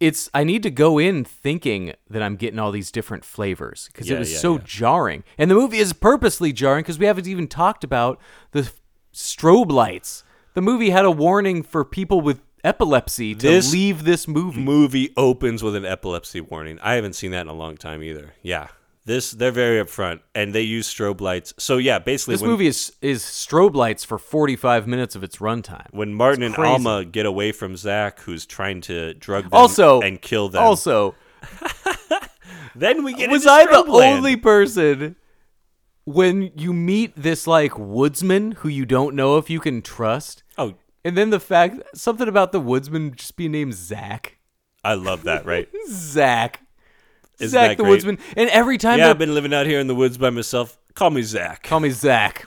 A: it's, I need to go in thinking that I'm getting all these different flavors because it
B: Yeah,
A: was
B: yeah,
A: so
B: yeah.
A: jarring. And the movie is purposely jarring because we haven't even talked about the f- strobe lights. The movie had a warning for people with epilepsy to
B: This
A: leave this movie.
B: Movie opens with an epilepsy warning. I haven't seen that in a long time either. Yeah. This they're very upfront and they use strobe lights. So yeah, basically
A: this
B: when,
A: movie is, is strobe lights for 45 minutes of its runtime.
B: when Martin and
A: crazy.
B: Alma get away from Zach who's trying to drug them
A: Also,
B: and kill them.
A: Also,
B: then we get
A: was
B: into
A: I the
B: strobe land.
A: only person when you meet this like woodsman who you don't know if you can trust?
B: Oh,
A: And then the fact something about the woodsman just being named Zach.
B: I love that,
A: *laughs*
B: right?
A: Zach.
B: Isn't
A: Zach
B: that
A: the
B: great?
A: woodsman. And every time
B: yeah,
A: they
B: I've been living out here in the woods by myself. Call me Zach.
A: call me Zach.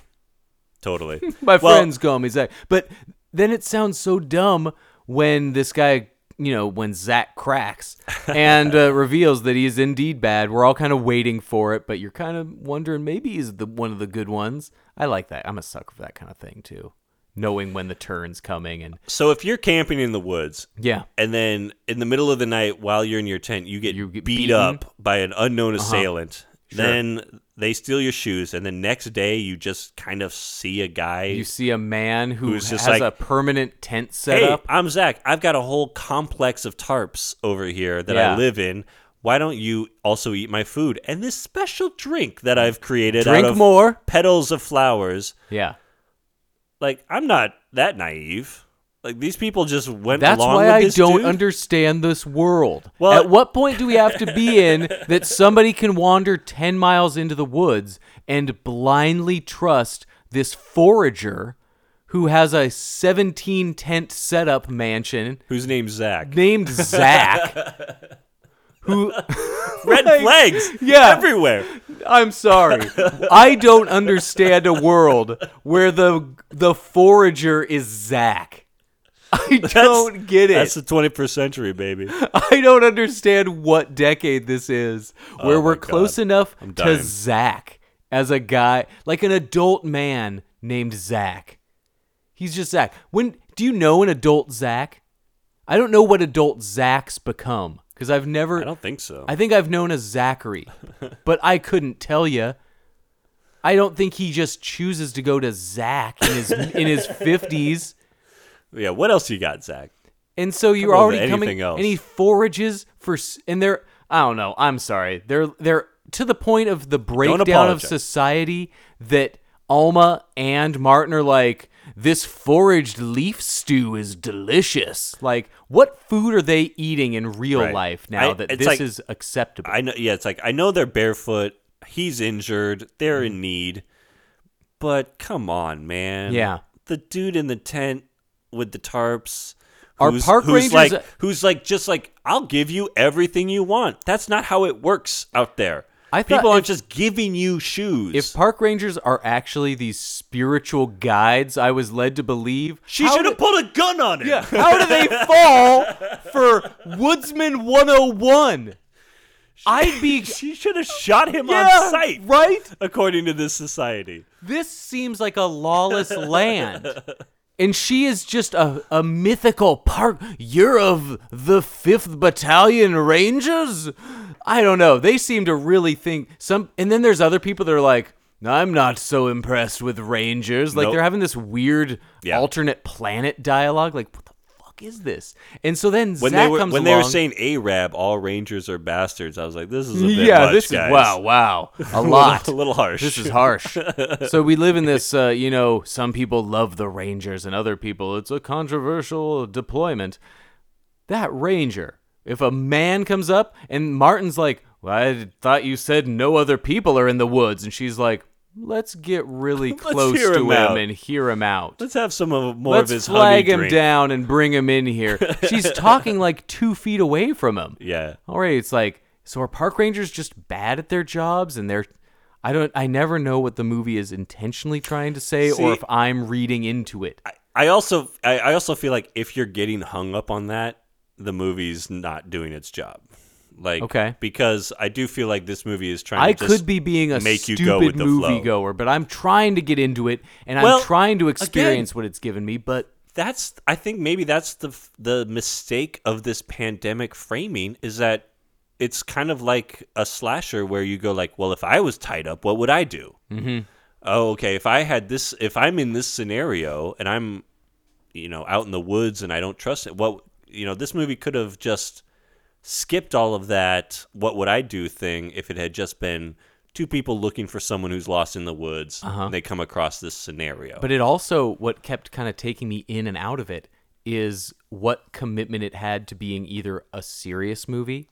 B: totally.
A: *laughs* My
B: Well,
A: friends call me Zach. But then it sounds so dumb when this guy, you know, when Zach cracks and
B: *laughs*
A: uh, reveals that he is indeed bad. We're all kind of waiting for it, but you're kind of wondering maybe he's the one of the good ones. I like that. I'm a sucker for that kind of thing too, knowing when the turn's coming and
B: So if you're camping in the woods
A: yeah,
B: and then in the middle of the night while you're in your tent you get,
A: You get
B: beat
A: beaten. Uh-huh.
B: up by an unknown assailant, then they steal your shoes and the next day you just kind of see a guy
A: you see a man who
B: Who's just like,
A: has a permanent tent set
B: Hey,
A: up.
B: I'm Zach. I've got a whole complex of tarps over here that
A: Yeah.
B: I live in. Why don't you also eat my food and this special drink that I've created
A: Drink
B: out of
A: more.
B: petals of flowers?
A: Yeah,
B: Like I'm not that naive. Like these people just went
A: that's
B: along
A: why
B: with
A: I
B: this
A: don't
B: dude.
A: understand this world.
B: Well-
A: At what point do we have to
B: *laughs*
A: be in that somebody can wander 10 miles into the woods and blindly trust this forager who has a 17 tent setup mansion
B: Whose name's
A: *laughs*
B: Zach? *laughs*
A: named Zach? who
B: Red flags
A: Yeah.
B: everywhere.
A: I'm sorry. I don't understand a world where the the forager is Zach. I don't get it.
B: That's the 21st century, baby.
A: I don't understand what decade this is where
B: Oh
A: we're
B: my
A: close
B: God.
A: enough
B: I'm
A: to
B: dying.
A: Zach as a guy, like an adult man named Zach. He's just Zach. When do you know an adult Zach? I don't know what adult Zachs become because I've never.
B: I don't think so.
A: *laughs* I think I've known as
B: *laughs*
A: Zachary, but I couldn't tell you. I don't think he just chooses to go to Zach in his
B: *laughs*
A: in his fifties.
B: yeah, what else you got, Zach?
A: And so you're
B: Come on,
A: already
B: anything
A: coming.
B: else.
A: And he forages for, s- and they're. I don't know. I'm sorry. They're they're to the point of the breakdown of
B: apologize.
A: society that Alma and Martin are like. This foraged leaf stew is delicious. Like, what food are they eating in real
B: Right.
A: life now
B: I-
A: that
B: it's
A: this
B: like-
A: is acceptable?
B: I know. Yeah, it's like I know they're barefoot. He's injured. They're
A: Mm-hmm.
B: in need. But come on, man.
A: Yeah.
B: The dude in the tent with the tarps.
A: Our
B: who's-
A: park
B: who's
A: rangers-
B: like, who's like, just like, I'll give you everything you want. That's not how it works out there.
A: I thought
B: people aren't
A: if-
B: just giving you shoes.
A: If park rangers are actually these spiritual guides, I was led to believe
B: she
A: how
B: should
A: do-
B: have pulled a gun on him. *laughs*
A: Yeah, how do they fall for Woodsman 101? I'd be
B: she should have shot *laughs* him
A: yeah,
B: on sight,
A: right?
B: according to this society.
A: This seems like a lawless land. And she is just a, a mythical park. You're of the 5th Battalion Rangers? I don't know. They seem to really think some. And then there's other people that are like, I'm not so impressed with Rangers. Like
B: Nope.
A: they're having this weird
B: Yeah.
A: alternate planet dialogue. Like, what the fuck is this? And so then
B: when
A: Zach
B: they were
A: comes
B: when they
A: along.
B: were saying Arab, all Rangers are bastards. I was like, this is a bit
A: yeah,
B: much,
A: this
B: guys.
A: is wow, wow, *laughs* a lot,
B: a *laughs* little harsh.
A: This
B: *laughs*
A: is harsh. so we live in this, uh, you know, some people love the Rangers and other people it's a controversial deployment. That Ranger, if a man comes up and Martin's like, well, "I thought you said no other people are in the woods," and she's like, "Let's
B: *laughs*
A: get really close
B: hear
A: to
B: him
A: him,
B: out.
A: and hear him out."
B: Let's have some of more
A: Let's
B: of his
A: flag
B: honey
A: him
B: drink.
A: down and bring him
B: *laughs*
A: in here. She's talking like two feet away from him.
B: Yeah,
A: All right, it's like so are park rangers just bad at their jobs and they're I don't I never know what the movie is intentionally trying to say
B: See-
A: or if I'm reading into it.
B: I, I also I, I also feel like if you're getting hung up on that, the movie's not doing its job. Like
A: Okay.
B: because I do feel like this movie is trying.
A: I
B: to
A: could be being a
B: make you
A: stupid
B: go with the flow.
A: movie goer, but I'm trying to get into it and
B: Well,
A: I'm trying to
B: again-
A: experience what it's given me, but
B: that's I think maybe that's the f- the mistake of this pandemic framing is that it's kind of like a slasher where you go like, well, if I was tied up, what would I do? Mm-hmm. Oh, okay. If I had this, if I'm in this scenario and I'm, you know, out in the woods and I don't trust it, what you know, this movie could have just skipped all of that what would I do thing if it had just been two people looking for someone who's lost in the woods and they come across this scenario.
A: but it also what kept kind of taking me in and out of it is what commitment it had to being either a serious movie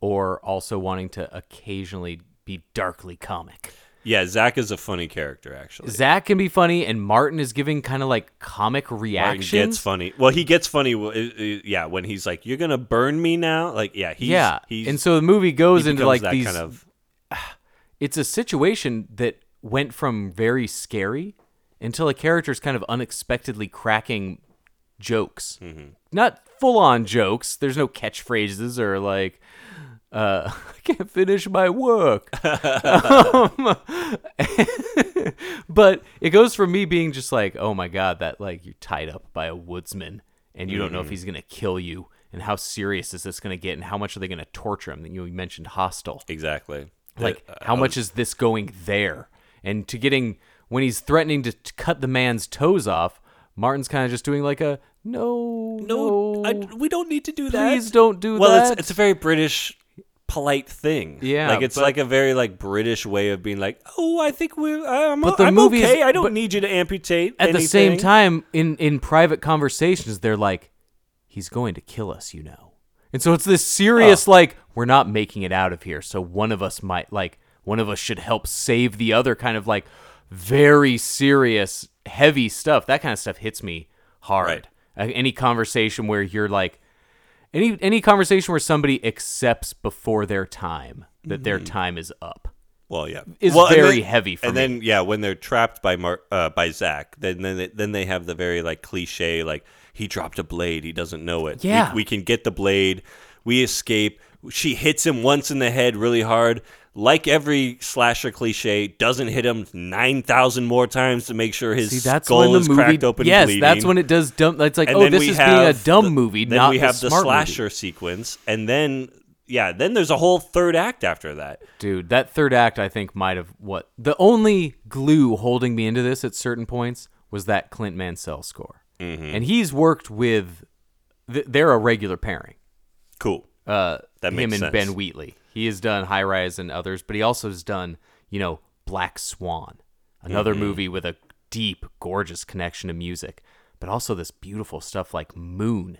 A: or also wanting to occasionally be darkly comic.
B: Yeah, Zach is a funny character actually.
A: Zach can be funny, and Martin is giving kind of like comic
B: Martin
A: reactions.
B: gets funny. Well, he gets funny. w- uh, uh, Yeah, when he's like, "You're gonna burn me now," like, yeah, he's,
A: yeah,
B: he's,
A: and so the movie
B: he
A: goes into
B: becomes
A: like
B: that
A: these.
B: kind of
A: It's a situation that went from very scary until a character's kind of unexpectedly cracking jokes, not full on jokes. There's no catchphrases or like. Uh, *laughs* I can't finish my work. Um, *laughs* but it goes from me being just like, oh my god, that like you're tied up by a woodsman and you don't know if he's gonna kill you and how serious is this gonna get and how much are they gonna torture him? That you mentioned hostile.
B: exactly
A: Like
B: That-
A: how much is this going there? And to getting when he's threatening to t- cut the man's toes off, Martin's kind of just doing like a no,
B: no,
A: no,
B: I, we don't need to do that.
A: please don't do
B: well,
A: that.
B: it's it's a very British polite thing.
A: Yeah,
B: like it's
A: but-
B: like a very like British way of being like, "Oh, I think we're I'm,
A: But the
B: I'm
A: movie is-
B: okay. I don't
A: but-
B: need you to amputate."
A: at the same
B: anything."
A: time in in private conversations they're like he's going to kill us you know and so it's this serious like we're not making it out of here so one of us might like one of us should help save the other kind of like very serious heavy stuff that kind of stuff hits me hard Uh, any conversation where you're like any any conversation where somebody accepts before their time that their time is up
B: well, yeah,
A: is
B: well, and
A: very
B: then-
A: heavy for
B: and
A: me.
B: then yeah, when they're trapped by Mar- uh, by Zach, then then they, then they have the very like cliche like he dropped a blade, he doesn't know it. We-
A: Yeah.
B: we, can get the blade, we escape. She hits him once in the head really hard. Like every slasher cliche, doesn't hit him nine thousand more times to make sure his
A: See, that's
B: skull
A: when the
B: is
A: movie.
B: cracked open. and
A: yes, that's
B: bleeding
A: when it does dumb. It's like,
B: and
A: oh,
B: then
A: this
B: we
A: is being
B: have
A: a dumb
B: the-
A: movie,
B: Then
A: not
B: we
A: a
B: have the
A: smart movie.
B: slasher sequence, and then yeah, then there's a whole third act after that.
A: Dude, that third act I think might have what the only glue holding me into this at certain points was that Clint Mansell score,
B: Mm-hmm.
A: and he's worked with th- they're a regular pairing.
B: Cool.
A: Uh,
B: That
A: him
B: makes
A: and
B: sense.
A: Ben Wheatley. He has done High Rise and others, but he also has done you know Black Swan, another
B: Mm-hmm.
A: movie with a deep, gorgeous connection to music, but also this beautiful stuff like Moon.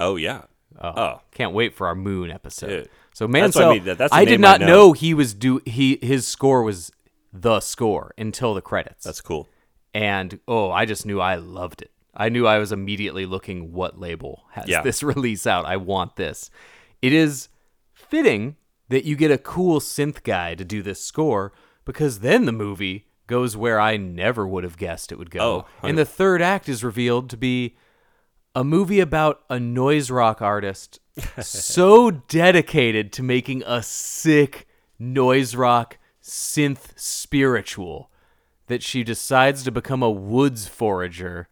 B: Oh yeah. oh,
A: Can't wait for our Moon episode.
B: Dude.
A: So
B: That's what
A: Mansell,
B: I
A: I,
B: mean, that- that's the
A: did
B: name I
A: not
B: know.
A: know. he was do he his score was the score until the credits.
B: that's cool.
A: and oh, I just knew I loved it. I knew I was immediately looking what label has
B: Yeah.
A: this *laughs* release out. I want this. It is fitting that you get a cool synth guy to do this score because then the movie goes where I never would have guessed it would go.
B: Oh,
A: and the third act is revealed to be a movie about a noise rock artist
B: *laughs*
A: so dedicated to making a sick noise rock synth spiritual that she decides to become a woods forager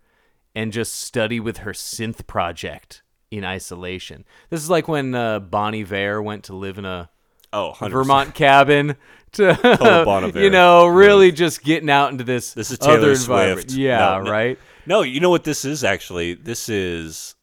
A: and just study with her synth project in isolation. This is like when uh, Bonnie Vare went to live in a
B: Oh, 100%.
A: Vermont cabin
B: *laughs*
A: to
B: Bon Iver.
A: *laughs* you know really just getting out into this
B: This is Taylor
A: other environment.
B: Swift.
A: Yeah,
B: No, no.
A: right.
B: No, you know what this is actually? This is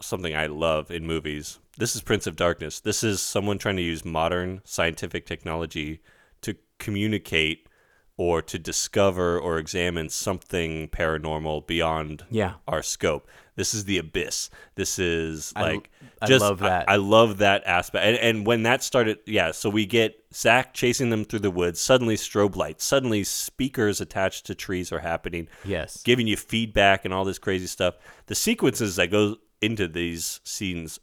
B: something I love in movies. This is Prince of Darkness. This is someone trying to use modern scientific technology to communicate or to discover or examine something paranormal beyond
A: Yeah.
B: our scope. This is the abyss. This is
A: I l-
B: like
A: I
B: just
A: love that.
B: I, love that aspect. And, and when that started, yeah. So we get Zach chasing them through the woods. Suddenly strobe lights. Suddenly speakers attached to trees are happening
A: Yes.
B: giving you feedback and all this crazy stuff. The sequences that go into these scenes,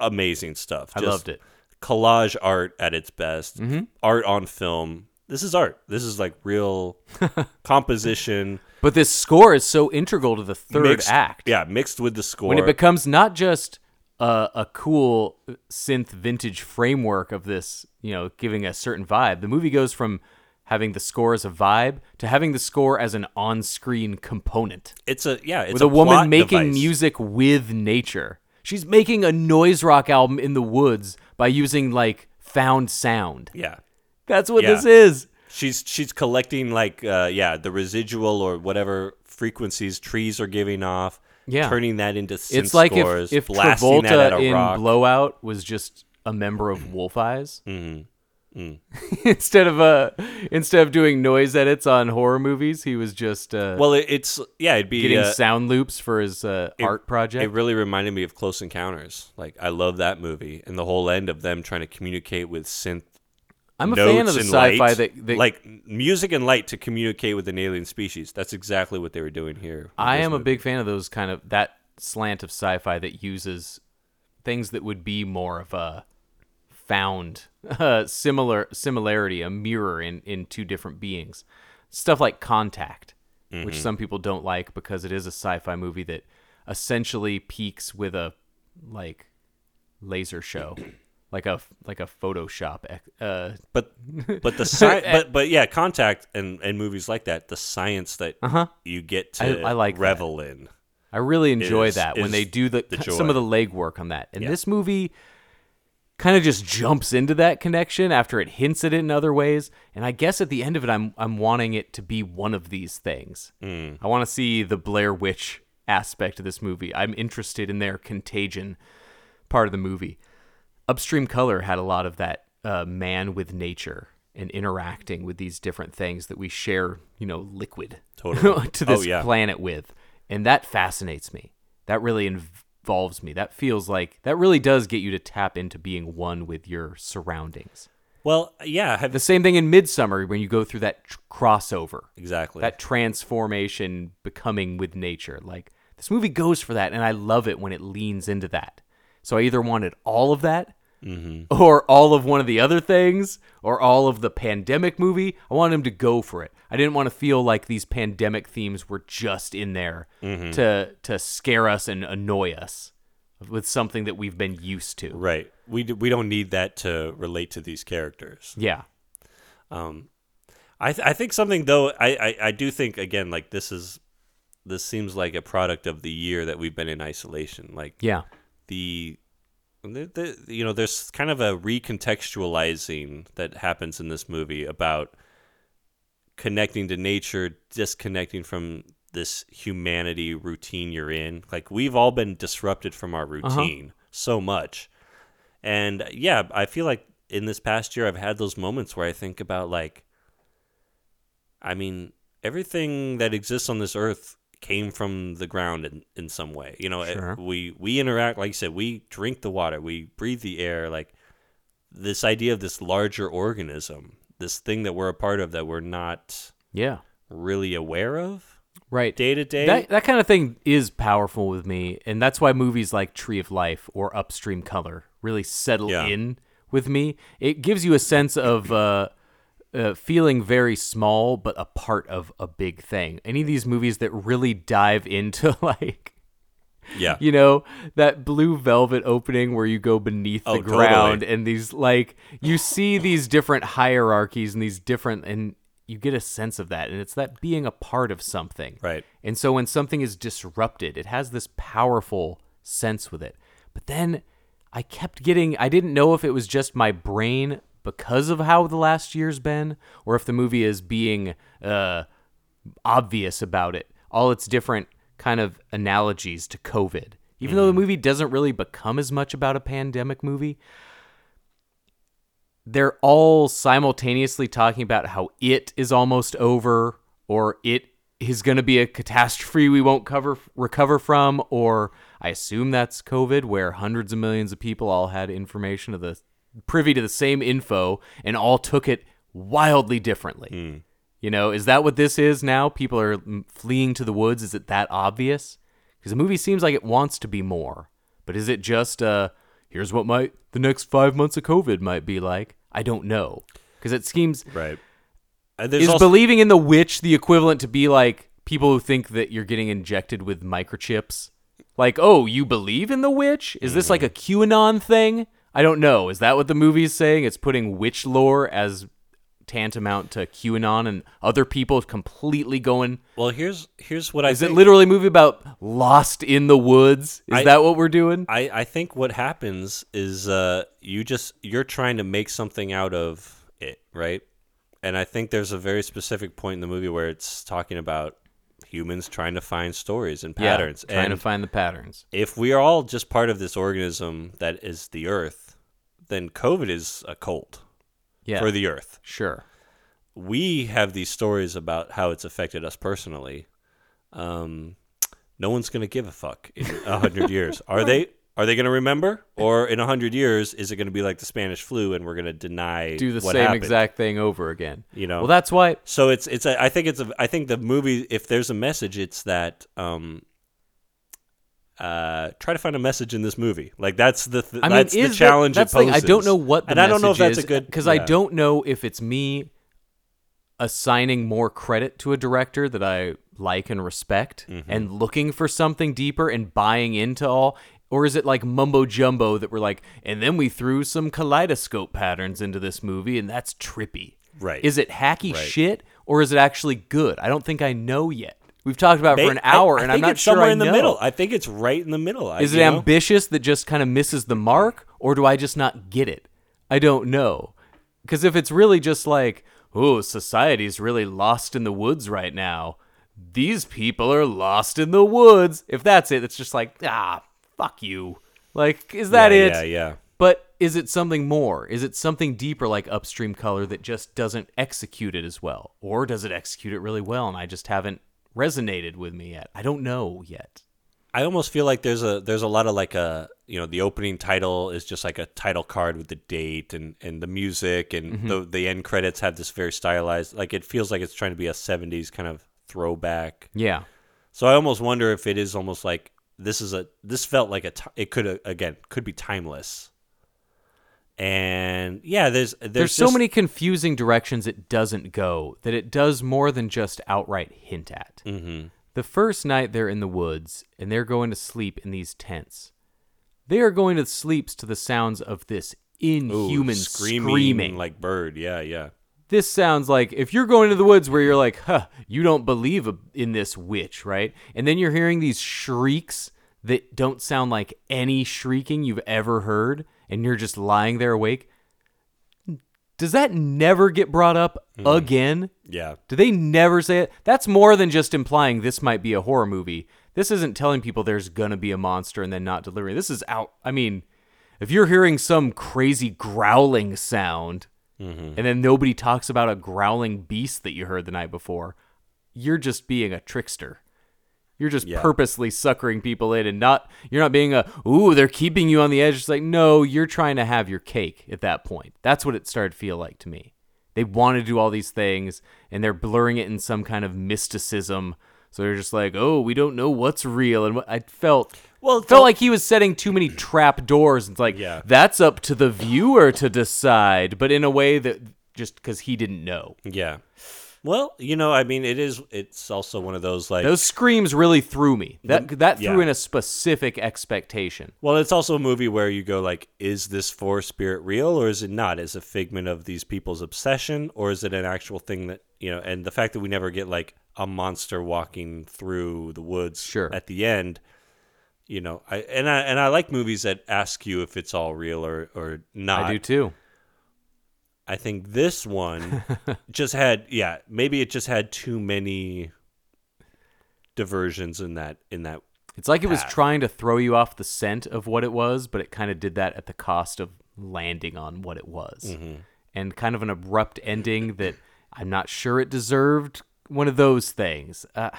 B: amazing stuff.
A: I
B: Just
A: loved it. Mm-hmm.
B: Collage art at its best. Art on film. This is art. This is like real
A: *laughs*
B: composition.
A: But this score is so integral to the third
B: mixed-
A: act.
B: Yeah, mixed with the score.
A: When it becomes not just a, a cool synth vintage framework of this, you know, giving a certain vibe, the movie goes from having the score as a vibe to having the score as an on screen component.
B: it's a yeah. It's
A: with a, woman
B: plot
A: making
B: device.
A: music with nature. She's making a noise rock album in the woods by using like found sound.
B: Yeah,
A: That's what
B: Yeah.
A: this is.
B: she's she's collecting like uh, yeah the residual or whatever frequencies trees are giving off.
A: Yeah.
B: turning that into synth
A: it's like
B: scores,
A: if, if
B: blasting that at
A: Travolta
B: a
A: in
B: rock.
A: Blowout was just a member of Wolf Eyes
B: Mm-hmm. Mm.
A: *laughs* instead of uh, instead of doing noise edits on horror movies, he was just uh,
B: Well, it, it's yeah, it'd be
A: getting
B: uh,
A: sound loops for his uh,
B: it-
A: art project.
B: It really reminded me of Close Encounters. Like I love that movie and the whole end of them trying to communicate with synth.
A: I'm a
B: notes
A: fan of the
B: and
A: sci-fi
B: light,
A: that, that
B: like music and light to communicate with an alien species. That's exactly what they were doing here. with
A: I
B: this
A: am a
B: movie.
A: big fan of those kind of that slant of sci-fi that uses things that would be more of a found *laughs* uh, similar similarity, a mirror in in two different beings. Stuff like Contact, which some people don't like because it is a sci-fi movie that essentially peaks with a like laser show, *clears throat* like a like a Photoshop. ex- Uh,
B: but but
A: *laughs*
B: the sci- but but yeah, contact and and movies like that. The science that you get to
A: Uh-huh. I- I like that.
B: revel in.
A: I really enjoy
B: is-
A: that when
B: is
A: they do the,
B: the
A: some of
B: joy.
A: the legwork on that. And this movie kind of just jumps into that connection after it hints at it in other ways. And I guess at the end of it, I'm I'm wanting it to be one of these things.
B: Mm.
A: I want to see the Blair Witch aspect of this movie. I'm interested in their contagion part of the movie. Upstream Color had a lot of that uh, man with nature and interacting with these different things that we share, you know, liquid
B: Totally.
A: *laughs* to
B: Oh,
A: this
B: yeah.
A: planet with. And that fascinates me. That really involves me. That feels like that really does get you to tap into being one with your surroundings.
B: Well, yeah, have,
A: The same thing in Midsummer when you go through that tr- crossover,
B: exactly.
A: that transformation becoming with nature. Like this movie goes for that, and I love it when it leans into that. So I either wanted all of that.
B: Mm-hmm.
A: Or all of one of the other things, or all of the pandemic movie. I wanted him to go for it. I didn't want to feel like these pandemic themes were just in there
B: Mm-hmm.
A: to to scare us and annoy us with something that we've been used to.
B: right. We d- we don't need that to relate to these characters.
A: Yeah.
B: I, th- I think something though I, I I do think again like this is this seems like a product of the year that we've been in isolation like
A: Yeah.
B: the And the- the- you know, there's kind of a recontextualizing that happens in this movie about connecting to nature, disconnecting from this humanity routine you're in. Like we've all been disrupted from our routine so much. And yeah, I feel like in this past year I've had those moments where I think about like I mean, everything that exists on this earth came from the ground in, in some way. You know, it-
A: Sure.
B: we we interact like you said, we drink the water, we breathe the air, like this idea of this larger organism, this thing that we're a part of that we're not
A: Yeah.
B: really aware of
A: Right.
B: day to day.
A: That, that kind of thing is powerful with me, and that's why movies like Tree of Life or Upstream Color really settle
B: Yeah.
A: in with me. It gives you a sense of uh, uh, feeling very small, but a part of a big thing. Any of these movies that really dive into *laughs* like
B: yeah.
A: you know that blue velvet opening where you go beneath
B: Oh,
A: the
B: totally.
A: ground and these like you see these different hierarchies and these different and you get a sense of that and it's that being a part of something
B: Right.
A: and so when something is disrupted it has this powerful sense with it but then i kept getting i didn't know if it was just my brain because of how the last year's been or if the movie is being uh obvious about it. All its different kind of analogies to COVID. Even though the movie doesn't really become as much about a pandemic movie, they're all simultaneously talking about how it is almost over or it is going to be a catastrophe we won't cover recover from or I assume that's COVID where hundreds of millions of people all had information of the privy to the same info and all took it wildly differently. You know, is that what this is now? People are mm, fleeing to the woods. Is it that obvious? Because the movie seems like it wants to be more, but is it just uh, here's what might the next five months of COVID might be like? I don't know, because it seems
B: Right. And there's
A: is
B: also,
A: believing in the witch the equivalent to be like people who think that you're getting injected with microchips? Like, oh, you believe in the witch? Is this like a
B: Mm-hmm.
A: QAnon thing? I don't know. Is that what the movie's saying? It's putting witch lore as tantamount to QAnon and other people completely going.
B: well, here's here's what I
A: Is it
B: think.
A: literally a movie about lost in the woods? Is
B: I-
A: that what we're doing?
B: I, I think what happens is uh, you just you're trying to make something out of it, right? And I think there's a very specific point in the movie where it's talking about humans trying to find stories and patterns.
A: Yeah, trying
B: and
A: to find the patterns.
B: if we are all just part of this organism that is the Earth, then COVID is a cult
A: Yeah.
B: for the Earth.
A: sure.
B: we have these stories about how it's affected us personally. Um, no one's gonna give a fuck in a
A: *laughs*
B: hundred years. Are they? Are they gonna remember? Or in a hundred years, is it gonna be like the Spanish flu and we're gonna deny
A: Do the
B: what
A: same
B: happened?
A: exact thing over again.
B: You know.
A: Well, that's why
B: So it's it's a, I think it's a, I think the movie if there's a message it's that um uh try to find a message in this movie like that's the th-
A: I mean,
B: that's
A: is
B: the challenge
A: That,
B: it
A: that's the thing,
B: poses.
A: I don't know what the
B: and I don't know if that's
A: message
B: a
A: is,
B: good
A: because I
B: yeah.
A: don't know if it's me assigning more credit to a director that I like and respect
B: Mm-hmm.
A: and looking for something deeper and buying into all or is it like mumbo jumbo that we're like and then we threw some kaleidoscope patterns into this movie and that's trippy.
B: Right.
A: Is it hacky
B: Right.
A: shit or is it actually good? I don't think I know yet. We've talked about it
B: Ba-
A: for an hour
B: I, I
A: and
B: think
A: I'm not
B: it's
A: sure
B: somewhere
A: I
B: in the
A: know.
B: middle. I think it's right in the middle. I-
A: Is it
B: you know?
A: ambitious that just kind of misses the mark, or do I just not get it? I don't know. Because if it's really just like, oh, society's really lost in the woods right now, these people are lost in the woods. If that's it, it's just like, ah, fuck you. Like, is that
B: yeah,
A: it?
B: Yeah, yeah.
A: But is it something more? Is it something deeper like upstream color that just doesn't execute it as well? Or does it execute it really well and I just haven't resonated with me yet? I don't know yet.
B: I almost feel like there's a there's a lot of like a you know the opening title is just like a title card with the date and and the music and
A: Mm-hmm.
B: the the end credits have this very stylized like it feels like it's trying to be a 70s kind of throwback.
A: Yeah.
B: So I almost wonder if it is almost like this is a this felt like a ti- it could uh, again could be timeless. And yeah, there's there's,
A: there's so
B: just-
A: many confusing directions it doesn't go that it does more than just outright hint at. Mm-hmm. The first night they're in the woods and they're going to sleep in these tents. They are going to sleeps to the sounds of this
B: Ooh,
A: inhuman
B: screaming,
A: screaming.
B: like bird. Yeah, yeah.
A: this sounds like if you're going to the woods where you're like, huh, you don't believe in this witch, right? And then you're hearing these shrieks that don't sound like any shrieking you've ever heard, and you're just lying there awake. Does that never get brought up again?
B: Yeah.
A: Do they never say it? That's more than just implying this might be a horror movie. This isn't telling people there's going to be a monster and then not delivering. This is out. I mean, if you're hearing some crazy growling sound and then nobody talks about a growling beast that you heard the night before, you're just being a trickster. You're just
B: Yeah.
A: purposely suckering people in and not you're not being a ooh, they're keeping you on the edge. It's like, no, you're trying to have your cake at that point. That's what it started to feel like to me. They want to do all these things and they're blurring it in some kind of mysticism. So they're just like, oh, we don't know what's real and what I felt
B: Well,
A: felt like he was setting too many trap doors and it's like
B: Yeah.
A: that's up to the viewer to decide, but in a way that just because he didn't know.
B: Yeah. Well, you know, I mean, it is. It's also one of those like.
A: Those screams really threw me. That that threw
B: yeah.
A: in a specific expectation.
B: well, it's also a movie where you go like, is this force spirit real or is it not? Is it a figment of these people's obsession or is it an actual thing that you know? And the fact that we never get like a monster walking through the woods
A: Sure.
B: at the end. You know, I and I and I like movies that ask you if it's all real or or not.
A: I do too.
B: I think this
A: *laughs*
B: one just had yeah, maybe it just had too many diversions in that in that
A: It's like it was trying to throw you off the scent of what it was, but it kind of did that at the cost of landing on what it was. And kind of an abrupt ending that I'm not sure it deserved. One of those things. Uh,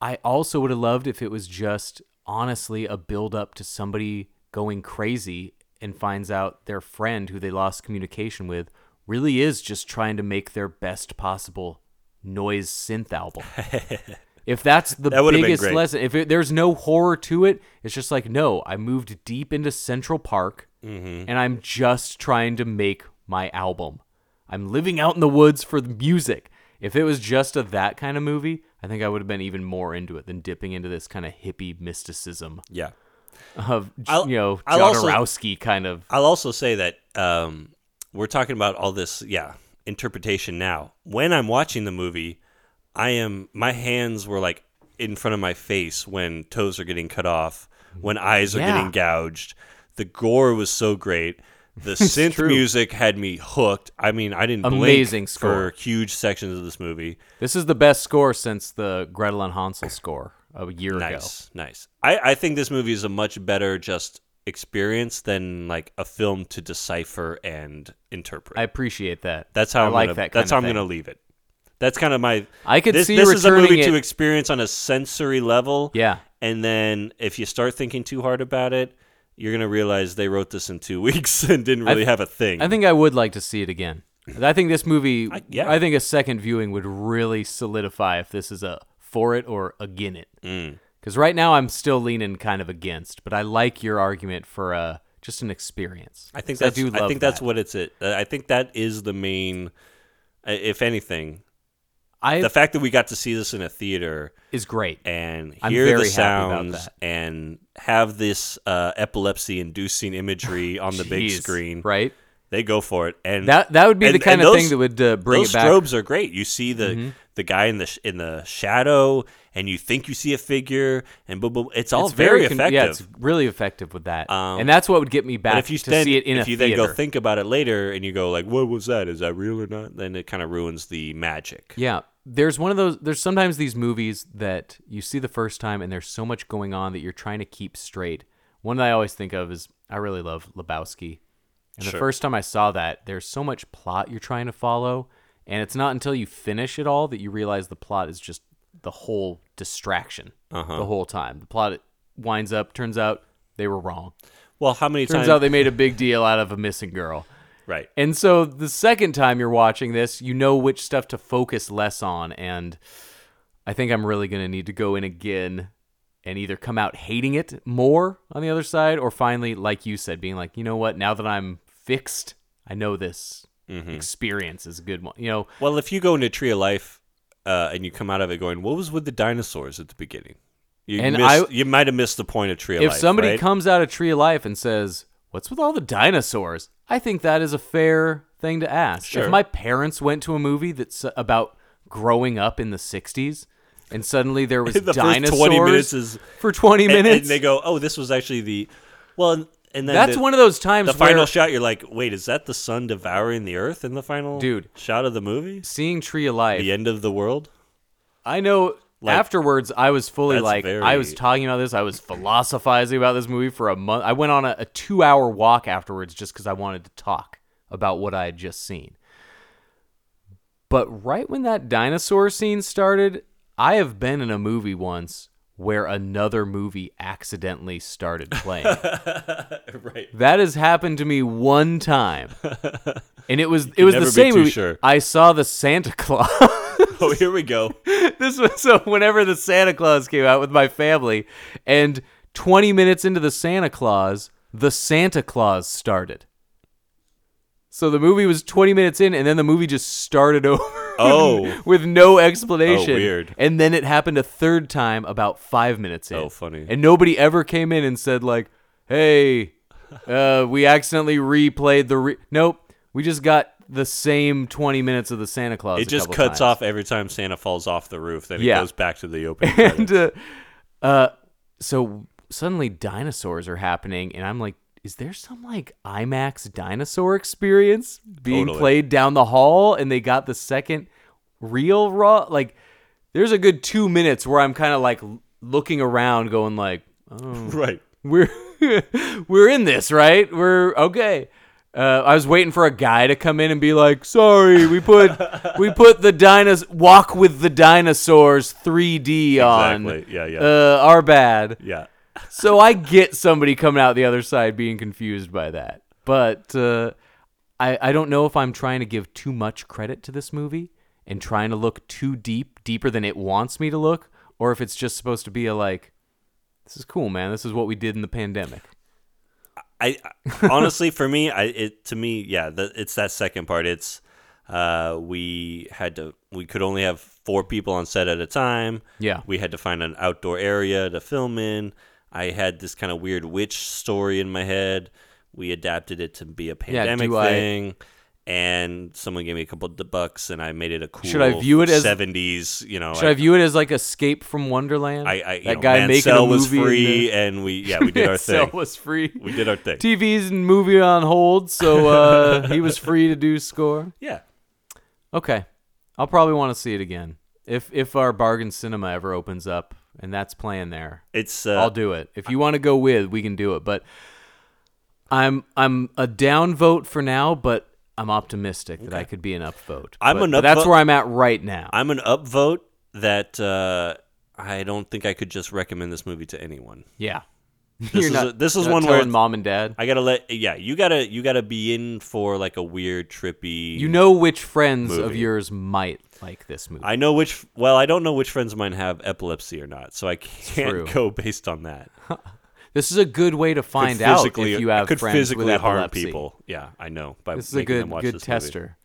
A: I also would have loved if it was just honestly a build up to somebody going crazy and finds out their friend who they lost communication with really is just trying to make their best possible noise synth album. if that's the
B: That would've been
A: biggest
B: great.
A: lesson, if it, there's no horror to it, it's just like, no, I moved deep into Central Park
B: Mm-hmm.
A: and I'm just trying to make my album. I'm living out in the woods for the music. If it was just a that kind of movie, I think I would have been even more into it than dipping into this kind of hippie mysticism
B: yeah.
A: of
B: I'll-
A: you know
B: I'll also-
A: Jodorowsky kind of.
B: I'll also say that um we're talking about all this yeah, interpretation now. When I'm watching the movie, I am my hands were like in front of my face when toes are getting cut off, when eyes are
A: Yeah.
B: getting gouged. The gore was so great.
A: *laughs*
B: The synth
A: true.
B: music had me hooked. I mean, I didn't blink
A: Amazing
B: for
A: score.
B: huge sections of this movie.
A: This is the best score since the Gretel and Hansel score a year ago.
B: Nice, nice. I, I think this movie is a much better just experience than like a film to decipher and interpret.
A: I appreciate that.
B: that's how
A: I
B: am
A: like
B: gonna,
A: that. Kind
B: That's how
A: of
B: I'm
A: thing.
B: going to leave it. That's kind of my.
A: I could
B: this,
A: see
B: this is a
A: returning
B: movie to
A: it-
B: experience on a sensory level.
A: Yeah.
B: and then if you start thinking too hard about it, you're going to realize they wrote this in two *laughs* weeks and didn't
A: I
B: really
A: th-
B: have a thing.
A: I think I would like to see it again. I think this movie. I,
B: yeah.
A: think a second viewing would really solidify if this is a for it or again it.
B: Mm.
A: Because right now I'm still leaning kind of against, but I like your argument for uh, just an experience.
B: I think
A: 'Cause
B: that's. I,
A: do love
B: think
A: that.
B: that's what it's. It. uh, I think that is the main. uh, If anything,
A: I
B: the fact that we got to see this in a theater
A: is great.
B: and
A: I'm
B: hear the
A: very happy about
B: sounds
A: that.
B: and have this uh, epilepsy-inducing imagery on the big
A: Jeez,
B: screen.
A: right?
B: They go for it, and
A: That that would be the
B: and-
A: kind
B: and
A: of
B: those-
A: thing that would uh, bring
B: those
A: it back. Mm-hmm.
B: strobes are great. You see the the guy in the sh- in the shadow, and you think you see a figure, and boom, boom. It's all
A: it's
B: very,
A: con-
B: effective.
A: Yeah, it's really effective with that,
B: Um,
A: and that's what would get me back
B: but if you
A: to
B: then,
A: see it in
B: if
A: a
B: you
A: theater.
B: then go think about it later, and you go like, "What was that? Is that real or not?" Then it kind of ruins the magic.
A: Yeah. There's one of those there's sometimes these movies that you see the first time and there's so much going on that you're trying to keep straight. One that I always think of is I really love Lebowski. And the
B: Sure.
A: first time I saw that, there's so much plot you're trying to follow, and it's not until you finish it all that you realize the plot is just the whole distraction the whole time. The plot winds up, turns out they were wrong.
B: Well, how many
A: Turns
B: times?
A: out they made a big deal out of a missing girl.
B: right.
A: And so the second time you're watching this, you know which stuff to focus less on. And I think I'm really going to need to go in again and either come out hating it more on the other side or finally, like you said, being like, you know what, now that I'm fixed, I know this experience is a good one. You know,
B: Well, if you go into Tree of Life uh, and you come out of it going, "What was with the dinosaurs at the beginning?" You
A: And
B: missed,
A: I-
B: you might have missed the point of Tree of
A: if
B: Life.
A: somebody
B: right?
A: comes out of Tree of Life and says, "What's with all the dinosaurs?" I think that is a fair thing to ask.
B: Sure.
A: If my parents went to a movie that's about growing up in the '60s, and suddenly there
B: *laughs*
A: was
B: The first 20
A: dinosaurs
B: minutes is-
A: for 20
B: And,
A: minutes.
B: and they go, "Oh, this was actually the well." And, and then
A: That's
B: the-
A: one of those times
B: The
A: where
B: final shot, you're like, "Wait, is that the sun devouring the earth in the final
A: Dude.
B: shot of the movie?
A: seeing Tree Alive.
B: The end of the world?" *laughs*
A: I know
B: Like,
A: afterwards I was fully
B: that's
A: like
B: very-
A: I was talking about this, I was philosophizing about this movie for a month. I went on a, a 2-hour walk afterwards just cuz I wanted to talk about what I had just seen. But right when that dinosaur scene started, I have been in a movie once where another movie accidentally
B: *laughs*
A: started playing.
B: Right.
A: That has happened to me
B: *laughs*
A: one time. And it was it was the
B: never be
A: same
B: too
A: movie.
B: sure.
A: I saw the Santa *laughs* Claus.
B: *laughs* Oh, here we go.
A: *laughs* this was so whenever the Santa Claus came out with my family and 20 minutes into the Santa Claus, the Santa Claus started. So the movie was 20 minutes in and then the movie just started *laughs* over.
B: Oh.
A: with no explanation.
B: Oh, weird.
A: And then it happened a third time about 5 minutes in.
B: Oh, funny.
A: And nobody ever came in and said like, "Hey, uh, we accidentally replayed the re- Nope. We just got the same 20 minutes of the Santa Claus. a
B: It just
A: couple
B: cuts
A: times.
B: off every time Santa falls off the roof. Then it
A: Yeah.
B: goes back to the opening.
A: *laughs* and
B: credits.
A: uh, uh, so suddenly dinosaurs are happening, and I'm like, is there some like IMAX dinosaur experience being
B: Totally.
A: played down the hall? And they got the second real raw. Like, there's a good two minutes where I'm kind of like l- looking around, going like, oh,
B: right.
A: we're *laughs* we're in this, right? We're okay. Uh, I was waiting for a guy to come in and be like, "Sorry,
B: *laughs*
A: we put we put the dinos walk with the dinosaurs 3D on."
B: Exactly. Yeah, yeah.
A: Uh, our bad.
B: Yeah.
A: So I get somebody coming out the other side being confused by that, but uh, I I don't know if I'm trying to give too much credit to this movie and trying to look too deep, deeper than it wants me to look, or if it's just supposed to be a like, "This is cool, man. This is what we did in the pandemic." *laughs*
B: I honestly, for me, I it to me, yeah, the, it's that second part. It's uh, we had to, we could only have four people on set at a time.
A: Yeah.
B: we had to find an outdoor area to film in. I had this kind of weird witch story in my head. We adapted it to be a pandemic
A: do I-
B: thing. And someone gave me a couple of bucks, and I made it a cool.
A: Should I view it as-
B: seventies? You know,
A: Should I, view it as like Escape from Wonderland?
B: I, I you
A: that
B: know,
A: guy making a
B: Mansell
A: movie
B: was
A: and
B: free,
A: the-
B: and we yeah we
A: *laughs*
B: did our
A: Mansell
B: thing.
A: was free.
B: We did our thing.
A: TV's and movie on hold, so uh, he was free to do score.
B: yeah,
A: Okay, I'll probably want to see it again if if our bargain cinema ever opens up and that's playing there.
B: it's uh,
A: I'll do it. If you want to go with, we can do it. But I'm I'm a down vote for now, but I'm optimistic that I could be an upvote.
B: I'm
A: But-
B: an
A: but That's
B: upvote-
A: where I'm at right now.
B: I'm an upvote that uh, I don't think I could just recommend this movie to anyone.
A: yeah. *laughs*
B: This is a- this is one where it's-
A: mom and dad.
B: I gotta let yeah, you gotta you gotta be in for like a weird trippy.
A: You know which friends of
B: movie.
A: yours might like this movie.
B: I know which. Well, I don't know which friends of mine have epilepsy or not, so I
A: true.
B: can't go based on that.
A: this is a good way to find
B: could
A: out if
B: physically-
A: you have
B: could
A: friends
B: physically
A: with
B: harm
A: epilepsy.
B: people. Yeah, I know. By
A: This is a
B: making them
A: good
B: watch
A: good
B: this movie.
A: tester.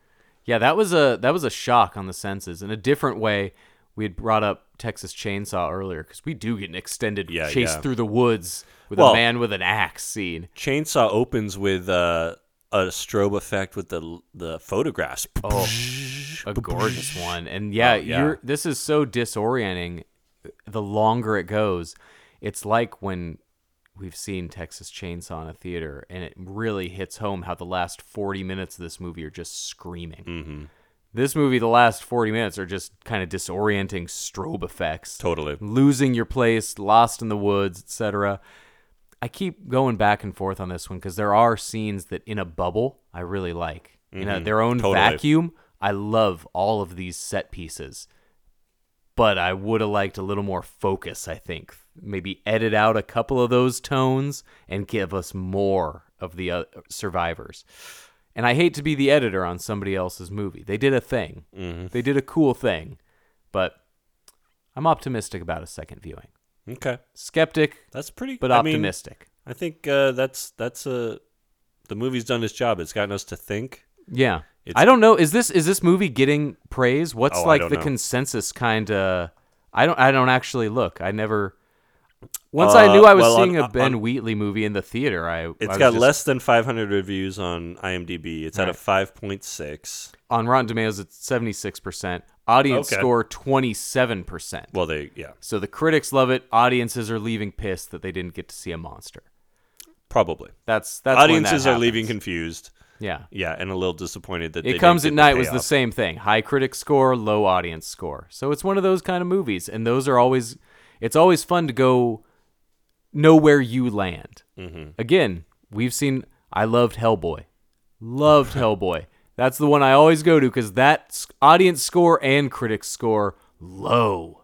A: Yeah, that was a that was a shock on the senses in a different way. We had brought up Texas Chainsaw earlier because we do get an extended
B: Yeah,
A: chase
B: yeah.
A: through the woods with a
B: Well-
A: man with an axe scene.
B: Chainsaw opens with uh, a strobe effect with the the photographs.
A: Oh, a gorgeous one. And yeah,
B: yeah.
A: you're this is so disorienting the longer it goes. It's like when we've seen Texas Chainsaw in a theater and it really hits home how the last 40 minutes of this movie are just screaming. This movie the last 40 minutes are just kind of disorienting strobe
B: *laughs*
A: effects.
B: Totally.
A: Losing your place, lost in the woods, etc. I keep going back and forth on this one because there are scenes that in a bubble I really like. In a, their own
B: Mm-hmm. Totally.
A: vacuum, I love all of these set pieces. But I would have liked a little more focus, I think. Maybe edit out a couple of those tones and give us more of the uh, survivors. And I hate to be the editor on somebody else's movie. They did a thing,
B: Mm-hmm.
A: they did a cool thing. But I'm optimistic about a second viewing.
B: Okay,
A: Skeptic,
B: that's pretty.
A: but
B: I mean,
A: optimistic.
B: I think uh, that's that's a the movie's done its job. It's gotten us to think.
A: Yeah.
B: It's-
A: I don't know. Is this is this movie getting praise? What's
B: Oh, I
A: like
B: don't
A: the
B: know.
A: consensus kind of? I don't. I don't actually look. I never. Once I knew
B: Uh,
A: I was
B: well, on-
A: seeing a
B: on-
A: Ben Wheatley movie in the theater, I I
B: It's
A: was
B: got
A: just-
B: less than 500 reviews on IMDb. It's at a 5.6.
A: on Rotten Tomatoes. It's seventy six percent Audience
B: Okay.
A: score 27%.
B: Well, they yeah,
A: so the critics love it. Audiences are leaving pissed that they didn't get to see a monster.
B: probably.
A: That's that's when that
B: Audiences are
A: happens.
B: leaving confused.
A: Yeah.
B: Yeah, and a little disappointed that they
A: It
B: didn't
A: comes
B: get
A: at night
B: the
A: was the
B: payoff.
A: same thing. High critic score, low audience score. So it's one of those kind of movies and those are always it's always fun to go know where you land.
B: Mm-hmm.
A: Again, we've seen I loved Hellboy. Loved Hellboy. That's the one I always go to cuz that s- audience score and critic score low.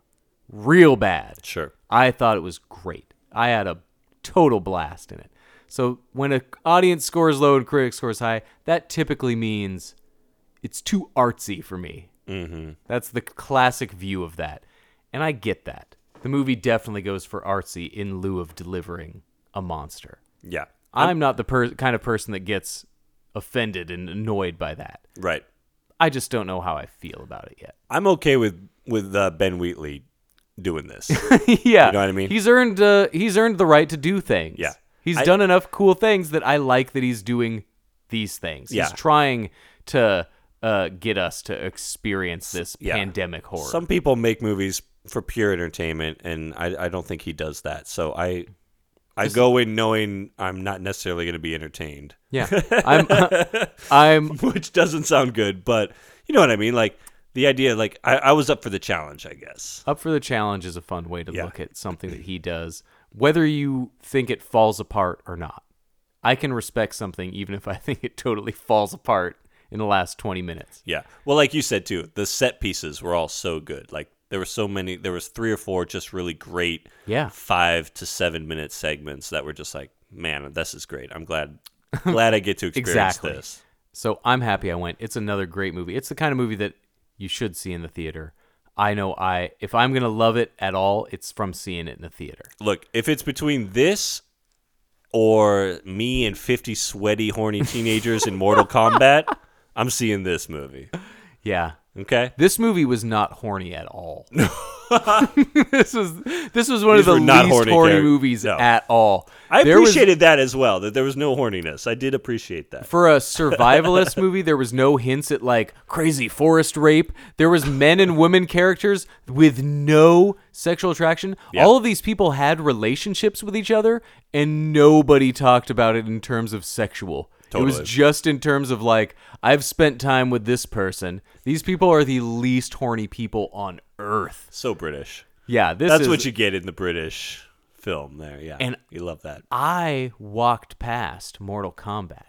A: Real bad.
B: Sure.
A: I thought it was great. I had a total blast in it. So when a audience score is low and critic score is high, that typically means it's too artsy for me. Mm-hmm. That's the classic view of that, and I get that. The movie definitely goes for artsy in lieu of delivering a monster.
B: Yeah.
A: I'm, not the per- kind of person that gets offended and annoyed by that.
B: Right.
A: I just don't know how I feel about it yet.
B: I'm okay with with uh, Ben Wheatley doing
A: *laughs*
B: this.
A: yeah,
B: You know what I mean?
A: He's earned uh, he's earned the right to do things.
B: Yeah.
A: he's
B: I-
A: done enough cool things that I like that he's doing these things.
B: Yeah.
A: He's trying to uh, get us to experience this
B: Yeah.
A: pandemic horror.
B: Some people make movies for pure entertainment, and I, I don't think he does that. So I I go in knowing I'm not necessarily going to be entertained, *laughs*
A: yeah, I'm *laughs* I'm
B: which doesn't sound good, but you know what I mean. Like the idea, like I, I was up for the challenge, I guess.
A: up for the challenge is a fun way to
B: Yeah.
A: look at something that he does, whether you think it falls apart or not. I can respect something even if I *laughs* think it totally falls apart in the last twenty minutes.
B: Yeah. Well, like you said too, the set pieces were all so good. Like there were so many. There was three or four just really great.
A: Yeah.
B: Five to seven minute segments that were just like, man, this is great. I'm glad glad I
A: *laughs*
B: get to experience
A: Exactly.
B: this.
A: So I'm happy I went. It's another great movie. It's the kind of movie that you should see in the theater. I know I if I'm gonna love it at all, it's from seeing it in the theater.
B: Look, if it's between this or me and 50 sweaty, horny teenagers in
A: *laughs*
B: Mortal Kombat, I'm seeing this movie.
A: Yeah.
B: Okay?
A: This movie was not horny
B: *laughs*
A: at all. *laughs* this was this was one
B: These
A: of
B: were
A: the
B: not
A: least
B: horny
A: horny,
B: characters.
A: movies
B: No.
A: at all.
B: I
A: There was-
B: appreciated that as well, that there was no horniness. I did appreciate that.
A: for a survivalist movie, there was no hints at like crazy forest rape. There was men and women characters with no sexual attraction.
B: Yeah.
A: All of these people had relationships with each other, and nobody talked about it in terms of sexual. It
B: Totally.
A: was just in terms of like I've spent time with this person. These people are the least horny people on earth.
B: So British.
A: Yeah, this
B: That's
A: is
B: what you get in the British film there. Yeah.
A: And-
B: you love that.
A: I walked past Mortal Kombat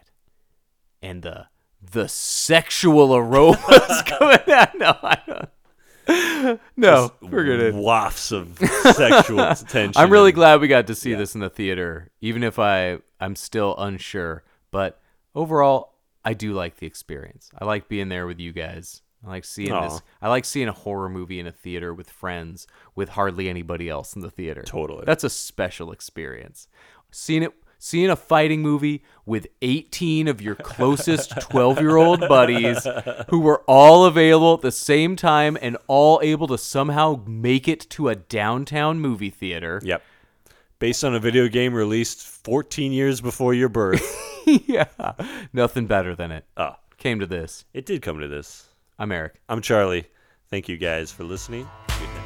A: and the the sexual *laughs* aromas coming out. No, I don't. No, we're good.
B: Wafts of
A: *laughs*
B: sexual tension.
A: I'm really
B: and-
A: glad we got to see this in the theater, even if I I'm still unsure. But overall, I do like the experience. I like being there with you guys. I like seeing
B: Aw.
A: this. I like seeing a horror movie in a theater with friends, with hardly anybody else in the theater.
B: Totally.
A: that's a special experience. Seeing it, seeing a fighting movie with 18 of your closest
B: *laughs*
A: 12 year old buddies who were all available at the same time and all able to somehow make it to a downtown movie theater.
B: Yep. Based on a video game released 14 years before your birth. *laughs*
A: *laughs* yeah, nothing better than it. Uh,
B: oh,
A: Came to this.
B: it did come to this.
A: I'm Eric.
B: I'm Charlie. Thank you guys for listening. Good night.